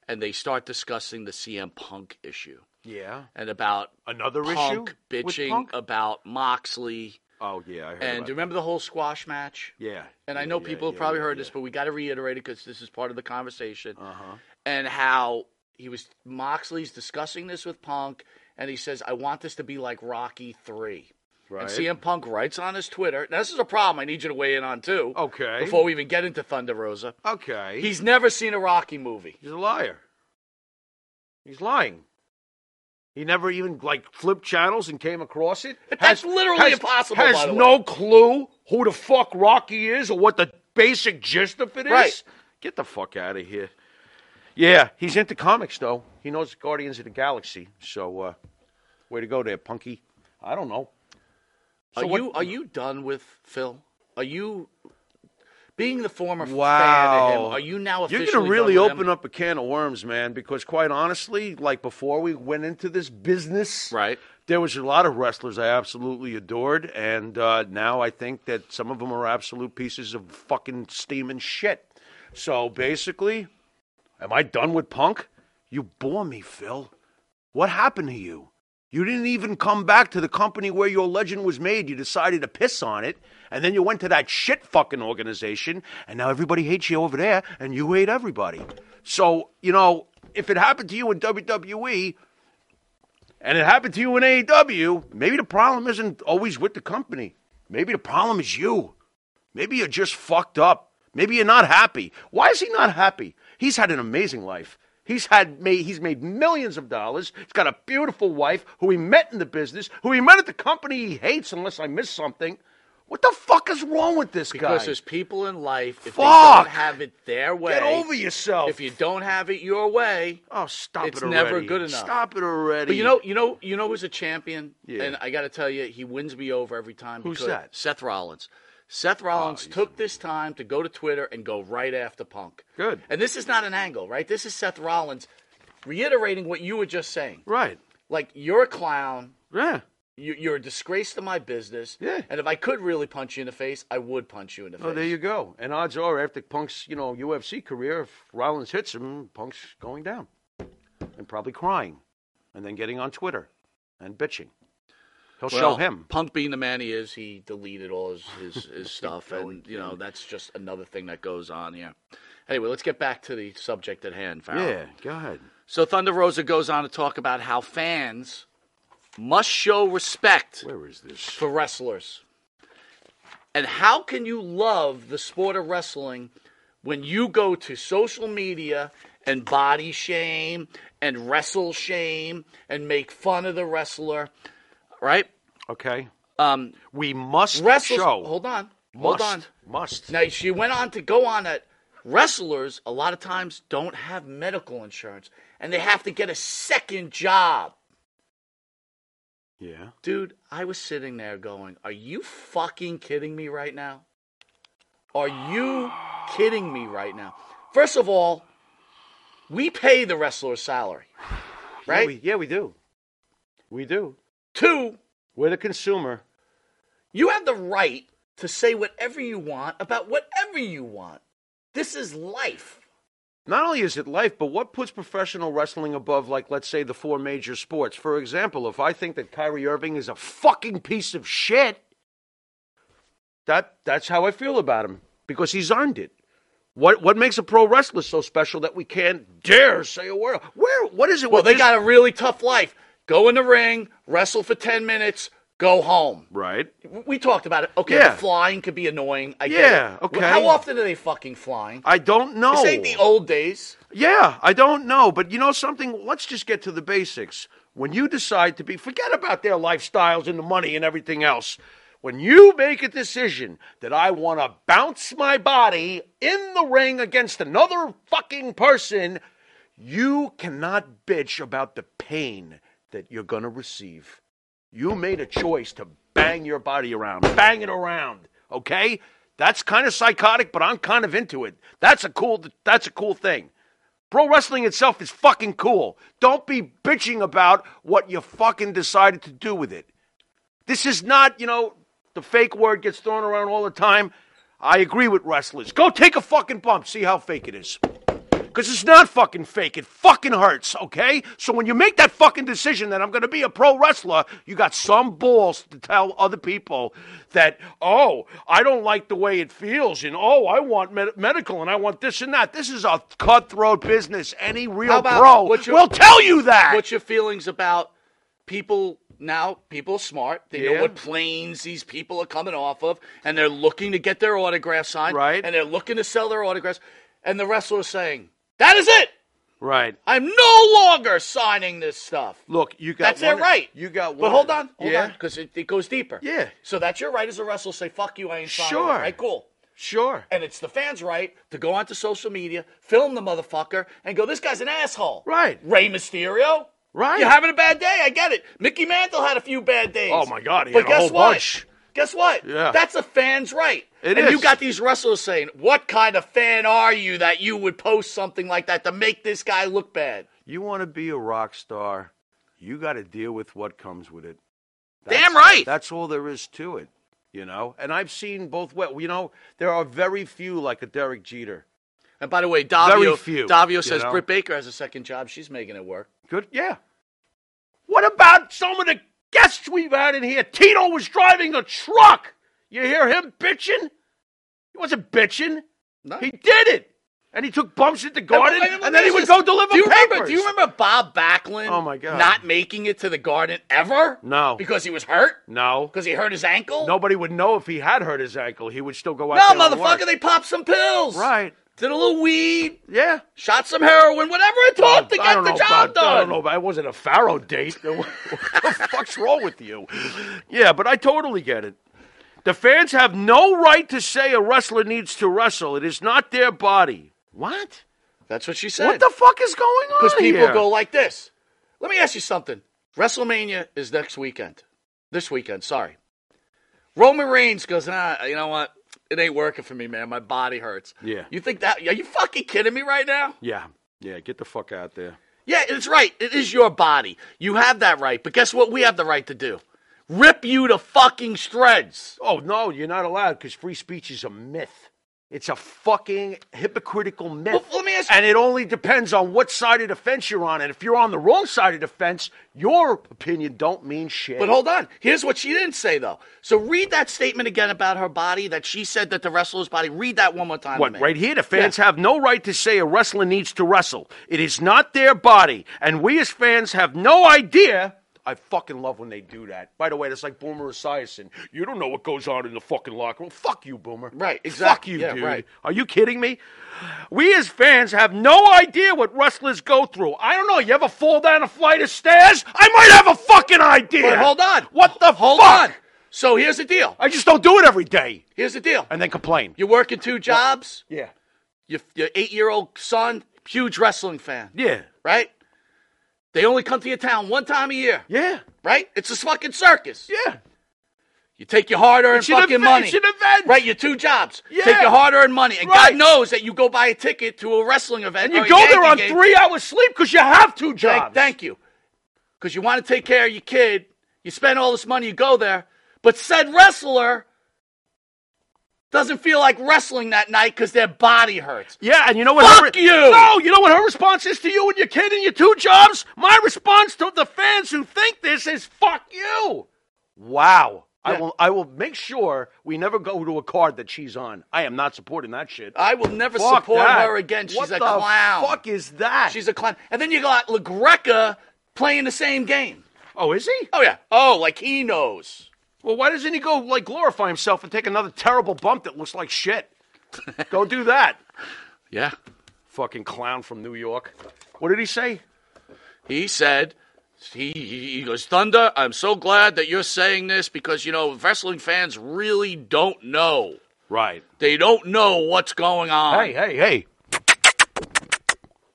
Speaker 8: and they start discussing the CM Punk issue
Speaker 2: Yeah.
Speaker 8: and about
Speaker 2: Another issue.
Speaker 8: Punk
Speaker 2: with
Speaker 8: bitching
Speaker 2: Punk?
Speaker 8: about Moxley.
Speaker 2: Oh yeah. I heard
Speaker 8: And
Speaker 2: about
Speaker 8: do you remember the whole squash match?
Speaker 2: that. Yeah.
Speaker 8: And I
Speaker 2: yeah,
Speaker 8: know
Speaker 2: yeah,
Speaker 8: people have
Speaker 2: yeah,
Speaker 8: probably
Speaker 2: yeah,
Speaker 8: heard
Speaker 2: yeah.
Speaker 8: this, but we got to reiterate it because this is part of the conversation.
Speaker 2: Uh huh.
Speaker 8: And how he was Moxley's discussing this with Punk, and he says, "I want this to be like Rocky 3.
Speaker 2: Right.
Speaker 8: And CM Punk writes on his Twitter. Now this is a problem. I need you to weigh in on too.
Speaker 2: Okay.
Speaker 8: Before we even get into Thunder Rosa,
Speaker 2: Okay.
Speaker 8: he's never seen a Rocky movie.
Speaker 2: Uh, He's a liar. He's lying. He never even like flipped channels and came across it.
Speaker 8: that's literally impossible,
Speaker 2: Has
Speaker 8: by the way.
Speaker 2: no clue who the fuck Rocky is or what the basic gist of it is.
Speaker 8: Right.
Speaker 2: Get the fuck out of here. Yeah, he's into comics though. He knows Guardians of the Galaxy. So, uh, way to go there, Punky. I don't know.
Speaker 8: Are
Speaker 2: So what-
Speaker 8: you are you done with Phil? Are you being the former fan of
Speaker 2: Wow.
Speaker 8: him? Are you now
Speaker 2: You're
Speaker 8: officially
Speaker 2: going to really
Speaker 8: done with him?
Speaker 2: open up a can of worms, man, because quite honestly, like before we went into this business,
Speaker 8: right?
Speaker 2: there was a lot of wrestlers I absolutely adored, and uh, now I think that some of them are absolute pieces of fucking steaming shit. So basically, am I done with Punk? You bore me, Phil. What happened to you? You didn't even come back to the company where your legend was made. You decided to piss on it, and then you went to that shit fucking organization, and now everybody hates you over there, and you hate everybody. So, you know, if it happened to you in WWE, and it happened to you in AEW, maybe the problem isn't always with the company. Maybe the problem is you. Maybe you're just fucked up. Maybe you're not happy. Why is he not happy? He's had an amazing life. He's had made, he's made millions of dollars. He's got a beautiful wife who he met in the business, who he met at the company he hates unless I miss something. What the fuck is wrong with this
Speaker 8: Because
Speaker 2: guy?
Speaker 8: there's people in life if they
Speaker 2: Fuck!
Speaker 8: don't have it their way.
Speaker 2: Get over yourself.
Speaker 8: If you don't have it your way,
Speaker 2: oh, stop
Speaker 8: it's
Speaker 2: it already.
Speaker 8: never good enough.
Speaker 2: Stop it already.
Speaker 8: but you know, you know, you know who's a champion,
Speaker 2: Yeah.
Speaker 8: and I got to tell you, he wins me over every time.
Speaker 2: Who's
Speaker 8: because-
Speaker 2: that? Oh,
Speaker 8: Seth Rollins. Seth Rollins took this time to go to Twitter and go right after Punk.
Speaker 2: Good.
Speaker 8: And this is not an angle, right? This is Seth Rollins reiterating what you were just saying.
Speaker 2: right?
Speaker 8: Like you're a clown.
Speaker 2: Yeah.
Speaker 8: You, you're a disgrace to my business.
Speaker 2: Yeah.
Speaker 8: And if I could really punch you in the face, I would punch you in the face.
Speaker 2: Oh, there you go. And odds are, after Punk's you know UFC career, if Rollins hits him, Punk's going down and probably crying, and then getting on Twitter and bitching. He'll
Speaker 8: Well,
Speaker 2: show him.
Speaker 8: Punk being the man he is, he deleted all his, his, his stuff, and you know that's just another thing that goes on here. Anyway, let's get back to the subject at hand, Farrell.
Speaker 2: Yeah, go ahead.
Speaker 8: So Thunder Rosa goes on to talk about how fans must show respect
Speaker 2: Where is this?
Speaker 8: for wrestlers. And how can you love the sport of wrestling when you go to social media and body shame and wrestle shame and make fun of the wrestler, right?
Speaker 2: Okay.
Speaker 8: Um,
Speaker 2: we must
Speaker 8: wrestle.
Speaker 2: show.
Speaker 8: Hold on, hold
Speaker 2: Must.
Speaker 8: on.
Speaker 2: Must.
Speaker 8: Now she went on to go on that wrestlers a lot of times don't have medical insurance and they have to get a second job.
Speaker 2: Yeah.
Speaker 8: Dude, I was sitting there going, Are you fucking kidding me right now? Are you kidding me right now? First of all, we pay the wrestler's salary, right?
Speaker 2: Yeah, we, yeah, we do. We do.
Speaker 8: Two,
Speaker 2: we're the consumer.
Speaker 8: You have the right to say whatever you want about whatever you want. This is life.
Speaker 2: Not only is it life, but what puts professional wrestling above, like, let's say, the four major sports? For example, if I think that Kyrie Irving is a fucking piece of shit, that, that's how I feel about him because he's earned it. What, what makes a pro wrestler so special that we can't dare say a word? Where, what is it?
Speaker 8: Well,
Speaker 2: with
Speaker 8: they
Speaker 2: this-
Speaker 8: got a really tough life. Go in the ring, wrestle for 10 minutes, go home.
Speaker 2: Right.
Speaker 8: We talked about it. Okay,
Speaker 2: Yeah.
Speaker 8: the flying could be annoying. I get
Speaker 2: Yeah,
Speaker 8: it.
Speaker 2: okay.
Speaker 8: How often are they fucking flying?
Speaker 2: I don't know.
Speaker 8: This ain't the old days.
Speaker 2: Yeah, I don't know, but you know something? Let's just get to the basics. When you decide to be, forget about their lifestyles and the money and everything else. When you make a decision that I want to bounce my body in the ring against another fucking person, you cannot bitch about the pain that you're going to receive. You made a choice to bang your body around, bang it around. Okay, that's kind of psychotic, but I'm kind of into it. That's a cool. That's a cool thing. Pro wrestling itself is fucking cool. Don't be bitching about what you fucking decided to do with it. This is not, you know, the fake word gets thrown around all the time. I agree with wrestlers. Go take a fucking bump, see how fake it is. Because it's not fucking fake. It fucking hurts, okay? So when you make that fucking decision that I'm going to be a pro wrestler, you got some balls to tell other people that, oh, I don't like the way it feels, and oh, I want med- medical, and I want this and that. This is a cutthroat business. Any real
Speaker 8: about-
Speaker 2: pro
Speaker 8: what's your-
Speaker 2: will tell you that.
Speaker 8: What's your feelings about people now? People are smart. They
Speaker 2: Yeah.
Speaker 8: know what planes these people are coming off of, and they're looking to get their autograph signed.
Speaker 2: Right.
Speaker 8: And they're looking to sell their autographs. And the wrestler's saying, "That is it.
Speaker 2: right.
Speaker 8: I'm no longer signing this stuff."
Speaker 2: Look, you got
Speaker 8: That's
Speaker 2: one,
Speaker 8: their right.
Speaker 2: You got one.
Speaker 8: But hold on, hold
Speaker 2: yeah,
Speaker 8: on, because it, it goes deeper.
Speaker 2: Yeah.
Speaker 8: So that's your right as a wrestler. to Say fuck you, I ain't signing.
Speaker 2: Sure.
Speaker 8: It. Right. Cool.
Speaker 2: sure.
Speaker 8: And it's the fans' right to go onto social media, film the motherfucker, and go, "This guy's an asshole."
Speaker 2: Right.
Speaker 8: Rey Mysterio.
Speaker 2: Right.
Speaker 8: You're having a bad day. I get it. Mickey Mantle had a few bad days.
Speaker 2: Oh, my God, he
Speaker 8: but
Speaker 2: had a
Speaker 8: guess
Speaker 2: whole
Speaker 8: what?
Speaker 2: bunch.
Speaker 8: Guess what?
Speaker 2: Yeah.
Speaker 8: That's a fan's right.
Speaker 2: It
Speaker 8: and you
Speaker 2: is.
Speaker 8: got these wrestlers saying, "What kind of fan are you that you would post something like that to make this guy look bad?"
Speaker 2: You want to be a rock star, you got to deal with what comes with it.
Speaker 8: Damn right.
Speaker 2: That's all there is to it, you know. And I've seen both. Well, you know, there are very few like a Derek Jeter.
Speaker 8: And by the way, Davio,
Speaker 2: Very few, you
Speaker 8: Davio says
Speaker 2: know?
Speaker 8: Britt Baker has a second job. She's making it work.
Speaker 2: Good, yeah. What about some of the guests we've had in here? Tito was driving a truck. You hear him bitching? He wasn't bitching.
Speaker 8: No.
Speaker 2: He did it, and he took bumps at the garden,
Speaker 8: I mean,
Speaker 2: and then he
Speaker 8: this
Speaker 2: would
Speaker 8: is-
Speaker 2: go deliver
Speaker 8: do you
Speaker 2: papers.
Speaker 8: Remember, do you remember Bob Backlund?
Speaker 2: Oh, my God.
Speaker 8: Not making it to the Garden ever
Speaker 2: No,
Speaker 8: because he was hurt
Speaker 2: no.
Speaker 8: because he hurt his ankle.
Speaker 2: Nobody would know if he had hurt his ankle. He would still go
Speaker 8: no,
Speaker 2: out there. and
Speaker 8: motherfucker,
Speaker 2: work.
Speaker 8: they popped some pills.
Speaker 2: Right.
Speaker 8: Did a little weed,
Speaker 2: Yeah.
Speaker 8: shot some heroin, whatever it took to
Speaker 2: I
Speaker 8: get
Speaker 2: don't
Speaker 8: the
Speaker 2: know
Speaker 8: job
Speaker 2: about,
Speaker 8: done.
Speaker 2: I don't know about. It wasn't a Pharaoh date. [laughs] what the fuck's wrong with you? Yeah, but I totally get it. The fans have no right to say a wrestler needs to wrestle. It is not their body. What?
Speaker 8: That's what she said.
Speaker 2: What the fuck is going on?
Speaker 8: Because people
Speaker 2: here?
Speaker 8: go like this. Let me ask you something. WrestleMania is next weekend. This weekend, sorry. Roman Reigns goes, nah, you know what? It ain't working for me, man. My body hurts.
Speaker 2: Yeah.
Speaker 8: You think that? Are you fucking kidding me right now?
Speaker 2: Yeah, yeah. Get the fuck out there.
Speaker 8: Yeah, it's right. It is your body. You have that right. But guess what? We have the right to do. Rip you to fucking shreds.
Speaker 2: Oh no, you're not allowed because free speech is a myth. It's a fucking hypocritical myth.
Speaker 8: let me ask-
Speaker 2: and it only depends on what side of the fence you're on. And if you're on the wrong side of the fence, your opinion don't mean shit.
Speaker 8: But hold on. Here's what she didn't say though. So read that statement again about her body that she said that the wrestler's body. Read that one more time. to
Speaker 2: What,
Speaker 8: me.
Speaker 2: right here? The fans have no right to say a wrestler needs to wrestle. It is not their body. And we as fans have no idea. I fucking love when they do that. By the way, that's like Boomer Esiason. You don't know what goes on in the fucking locker room. Fuck you, Boomer. Right, Fuck
Speaker 8: exactly.
Speaker 2: you,
Speaker 8: Yeah,
Speaker 2: dude.
Speaker 8: right.
Speaker 2: Are you kidding me? We as fans have no idea what wrestlers go through. I don't know. You ever fall down a flight of stairs? I might have a fucking idea.
Speaker 8: But hold on.
Speaker 2: What the
Speaker 8: Hold
Speaker 2: fuck?
Speaker 8: on. So here's the deal.
Speaker 2: I just don't do it every day.
Speaker 8: Here's the deal.
Speaker 2: And then complain.
Speaker 8: You're working two jobs.
Speaker 2: Yeah.
Speaker 8: Your your eight year old son, huge wrestling fan.
Speaker 2: Yeah.
Speaker 8: Right. They only come to your town one time a year.
Speaker 2: Yeah.
Speaker 8: Right. It's a fucking circus.
Speaker 2: Yeah.
Speaker 8: You take your hard earned
Speaker 2: It's an
Speaker 8: fucking
Speaker 2: event-
Speaker 8: money.
Speaker 2: it's an event.
Speaker 8: Right, your two jobs.
Speaker 2: Yeah.
Speaker 8: Take your hard earned money. And
Speaker 2: Right.
Speaker 8: God knows that you go buy a ticket to a wrestling
Speaker 2: And
Speaker 8: event.
Speaker 2: you
Speaker 8: or Oh, a
Speaker 2: go there
Speaker 8: Yankee
Speaker 2: on
Speaker 8: game.
Speaker 2: three hours sleep because you have two jobs.
Speaker 8: Thank, thank you. Because you want to take care of your kid. You spend all this money, you go there. But said wrestler doesn't feel like wrestling that night because their body hurts.
Speaker 2: Yeah, and you know what?
Speaker 8: Fuck
Speaker 2: her,
Speaker 8: you!
Speaker 2: No, you know what her response is to you and your kid and your two jobs. My response to the fans who think this is "fuck you." Wow. I
Speaker 8: Yeah.
Speaker 2: will. I will make sure we never go to a card that she's on. I am not supporting that shit.
Speaker 8: I will never
Speaker 2: Fuck
Speaker 8: support
Speaker 2: that.
Speaker 8: her again. She's
Speaker 2: What the
Speaker 8: a clown.
Speaker 2: Fuck is that?
Speaker 8: She's a clown. And then you got LaGreca playing the same game.
Speaker 2: oh, is he?
Speaker 8: Oh, yeah. Oh, like he knows.
Speaker 2: Well, why doesn't he go like glorify himself and take another terrible bump that looks like shit? go do that.
Speaker 8: Yeah.
Speaker 2: Fucking clown from New York. What did he say?
Speaker 8: he said he, he he goes thunder i'm so glad that you're saying this because you know wrestling fans really don't know
Speaker 2: Right.
Speaker 8: they don't know what's going on
Speaker 2: Hey, hey, hey.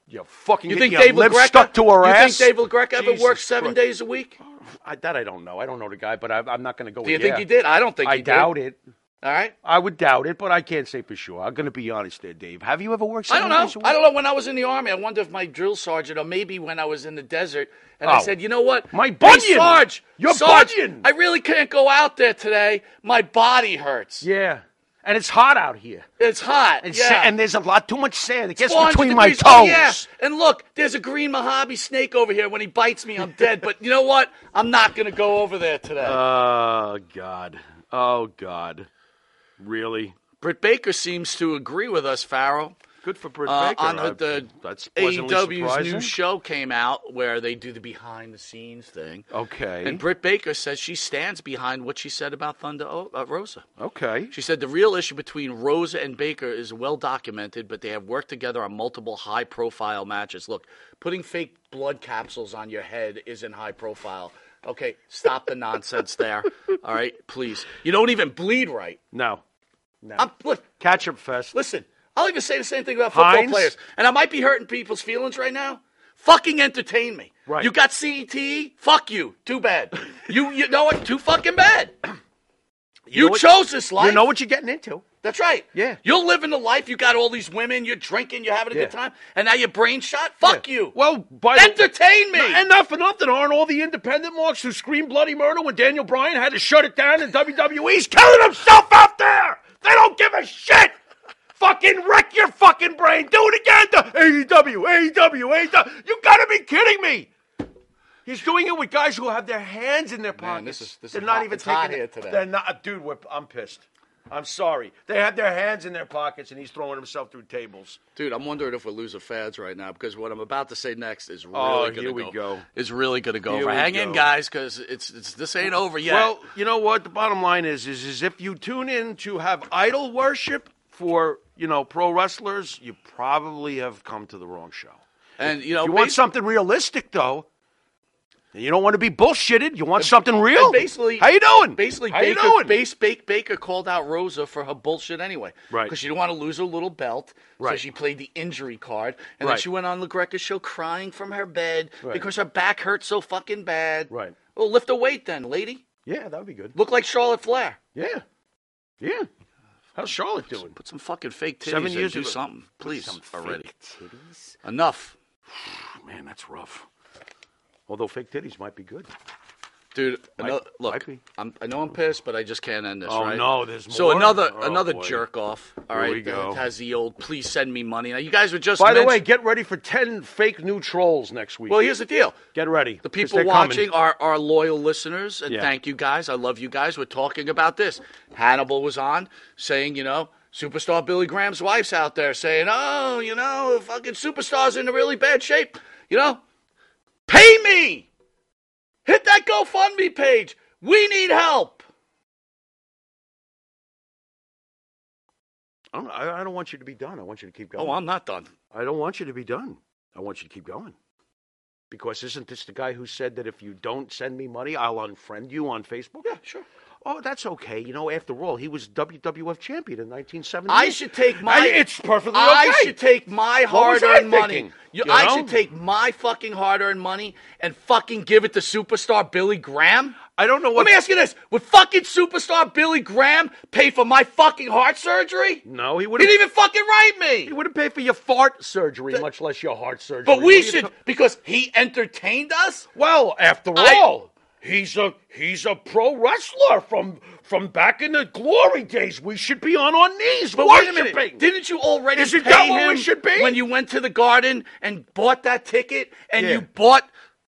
Speaker 2: You fucking
Speaker 8: you
Speaker 2: get
Speaker 8: think
Speaker 2: your
Speaker 8: Dave
Speaker 2: lips
Speaker 8: LaGreca,
Speaker 2: stuck to her
Speaker 8: you
Speaker 2: ass?
Speaker 8: think Dave LaGreca ever
Speaker 2: Jesus
Speaker 8: worked seven
Speaker 2: Christ.
Speaker 8: days a week?
Speaker 2: I, that I don't know. I don't know the guy, but I, I'm not going to go.
Speaker 8: Do you
Speaker 2: with
Speaker 8: think
Speaker 2: yeah.
Speaker 8: he did? I don't think
Speaker 2: I
Speaker 8: he did.
Speaker 2: doubt it.
Speaker 8: All right.
Speaker 2: I would doubt it, but I can't say for sure. I'm going to be honest there, Dave. Have you ever worked?
Speaker 8: I don't
Speaker 2: seven days a
Speaker 8: know.
Speaker 2: week?
Speaker 8: I don't know. When I was in the army, I wonder if my drill sergeant, or maybe when I was in the desert, and I
Speaker 2: Oh.
Speaker 8: said, you know what,
Speaker 2: My
Speaker 8: hey,
Speaker 2: bunion!
Speaker 8: Sarge,
Speaker 2: Your
Speaker 8: Sarge,
Speaker 2: bunion!
Speaker 8: I really can't go out there today. My body hurts.
Speaker 2: Yeah, and it's hot out here,
Speaker 8: It's hot.
Speaker 2: and,
Speaker 8: yeah.
Speaker 2: sa- and there's a lot too much sand. It gets
Speaker 8: 400
Speaker 2: between my toes.
Speaker 8: degrees. Oh, yeah. And look, there's a green Mojave snake over here. When he bites me, I'm dead. but you know what? I'm not going to go over there today.
Speaker 2: Oh God. Oh God. Really?
Speaker 8: Britt Baker seems to agree with us, Farrell.
Speaker 2: Good for Britt
Speaker 8: Uh,
Speaker 2: Baker.
Speaker 8: on
Speaker 2: I-
Speaker 8: the, the
Speaker 2: that's pleasantly
Speaker 8: AEW's
Speaker 2: surprising.
Speaker 8: new show came out where they do the behind the scenes thing.
Speaker 2: Okay.
Speaker 8: And Britt Baker says she stands behind what she said about Thunder o- uh, Rosa.
Speaker 2: okay.
Speaker 8: She said the real issue between Rosa and Baker is well documented, but they have worked together on multiple high profile matches. Look, putting fake blood capsules on your head isn't high profile. Okay, stop the
Speaker 2: [laughs]
Speaker 8: nonsense there. All right, please. You don't even bleed right.
Speaker 2: No.
Speaker 8: I'm, look,
Speaker 2: Catch up fest.
Speaker 8: listen, I'll even say the same thing about football
Speaker 2: Hines?
Speaker 8: players. And I might be hurting people's feelings right now. Fucking entertain me.
Speaker 2: Right.
Speaker 8: You got CET? Fuck you. Too bad. you, you know what? Too
Speaker 2: [clears throat]
Speaker 8: fucking bad. You,
Speaker 2: know what-
Speaker 8: chose this life.
Speaker 2: You know what you're getting into.
Speaker 8: That's right.
Speaker 2: Yeah.
Speaker 8: You're living the life. You got all these women. You're drinking. You're having a good
Speaker 2: Yeah.
Speaker 8: time. And now your brain shot. Fuck
Speaker 2: Yeah.
Speaker 8: you.
Speaker 2: Well, by
Speaker 8: Entertain me.
Speaker 2: the, and not for nothing, aren't all the independent marks who screamed bloody murder when Daniel Bryan had to shut it down and WWE's killing himself out there? They don't give a shit. Fucking wreck your fucking brain. Do it again. To AEW, AEW, AEW. You gotta be kidding me. He's doing it with guys who have their hands in their pockets.
Speaker 8: this is- this
Speaker 2: they're
Speaker 8: is
Speaker 2: not
Speaker 8: hot-
Speaker 2: even
Speaker 8: it's hot
Speaker 2: taking it.
Speaker 8: here today.
Speaker 2: They're not, dude. We're, I'm pissed. I'm sorry. They have their hands in their pockets, and he's throwing himself through tables.
Speaker 8: Dude, I'm wondering if we're losing fads right now because what I'm about to say next is really
Speaker 2: Oh,
Speaker 8: gonna
Speaker 2: here we
Speaker 8: go,
Speaker 2: go.
Speaker 8: Is really gonna go
Speaker 2: Here
Speaker 8: over.
Speaker 2: we
Speaker 8: Hang in,
Speaker 2: go.
Speaker 8: guys, because it's, it's this ain't over yet.
Speaker 2: Well, you know what? The bottom line is, is, is if you tune in to have idol worship for you know pro wrestlers, you probably have come to the wrong show.
Speaker 8: and you know,
Speaker 2: You want
Speaker 8: basi-
Speaker 2: something realistic, though. and You don't want to be bullshitted. You want something real.
Speaker 8: and basically,
Speaker 2: how you doing?
Speaker 8: Basically,
Speaker 2: how
Speaker 8: Baker,
Speaker 2: you doing?
Speaker 8: Base, Bake, Baker called out Rosa for her bullshit anyway,
Speaker 2: Right.
Speaker 8: Because she didn't want to lose her little belt, so
Speaker 2: Right.
Speaker 8: she played the injury card, and then
Speaker 2: Right.
Speaker 8: she went on LaGreca's show crying from her bed
Speaker 2: Right.
Speaker 8: because her back hurt so fucking bad.
Speaker 2: Right.
Speaker 8: Well, lift a weight then, lady.
Speaker 2: yeah, that would be good.
Speaker 8: Look like Charlotte Flair.
Speaker 2: Yeah, yeah. How's Charlotte doing?
Speaker 8: Put some fucking fake titties
Speaker 2: Seven
Speaker 8: and
Speaker 2: years
Speaker 8: do
Speaker 2: ago.
Speaker 8: something, please,
Speaker 2: Some fake
Speaker 8: already.
Speaker 2: titties?
Speaker 8: Enough.
Speaker 2: Man, that's rough. Although fake titties might be good.
Speaker 8: Dude, ano- look, I'm, I know I'm pissed, but I just can't end this.
Speaker 2: Oh,
Speaker 8: right?
Speaker 2: no, there's
Speaker 8: so
Speaker 2: more?
Speaker 8: another
Speaker 2: Oh,
Speaker 8: another
Speaker 2: boy.
Speaker 8: jerk off. All
Speaker 2: Here
Speaker 8: right,
Speaker 2: we go.
Speaker 8: that has the old please send me money. Now you guys were just
Speaker 2: By the
Speaker 8: mentioned-
Speaker 2: way, get ready for ten fake new trolls next week.
Speaker 8: Well, here's the deal.
Speaker 2: Get ready.
Speaker 8: The people watching are our loyal listeners, and
Speaker 2: Yeah.
Speaker 8: thank you guys. I love you guys. We're talking about this. Hannibal was on saying, you know, superstar Billy Graham's wife's out there saying, oh, you know, fucking superstars in a really bad shape. You know, pay me. Hit that GoFundMe page. We need help.
Speaker 2: I don't, I I don't want you to be done. I want you to keep going.
Speaker 8: Oh, I'm not done.
Speaker 2: I don't want you to be done. I want you to keep going. Because isn't this the guy who said that if you don't send me money, I'll unfriend you on Facebook? Yeah,
Speaker 8: sure.
Speaker 2: Oh, that's okay. You know, after all, he was WWF champion in 1970.
Speaker 8: I should take my.
Speaker 2: I- it's perfectly okay.
Speaker 8: I should take my
Speaker 2: What was I
Speaker 8: hard-earned money.
Speaker 2: thinking?
Speaker 8: You-
Speaker 2: You
Speaker 8: I
Speaker 2: know?
Speaker 8: should take my fucking hard-earned money and fucking give it to superstar Billy Graham.
Speaker 2: I don't know what.
Speaker 8: Let me ask you this: Would fucking superstar Billy Graham pay for my fucking heart surgery?
Speaker 2: No, he
Speaker 8: He
Speaker 2: would
Speaker 8: didn't even fucking write me. He
Speaker 2: wouldn't pay for your fart surgery, much less your heart surgery.
Speaker 8: But
Speaker 2: What are
Speaker 8: we
Speaker 2: you
Speaker 8: should
Speaker 2: ta-
Speaker 8: because he entertained us.
Speaker 2: Well, after
Speaker 8: I-
Speaker 2: all, he's a he's a pro wrestler from from back in the glory days. We should be on our knees
Speaker 8: But wait a
Speaker 2: worshiping.
Speaker 8: minute! Didn't you already
Speaker 2: Isn't
Speaker 8: pay
Speaker 2: that
Speaker 8: him
Speaker 2: what we should be?
Speaker 8: when you went to the garden and bought that ticket and
Speaker 2: Yeah.
Speaker 8: you bought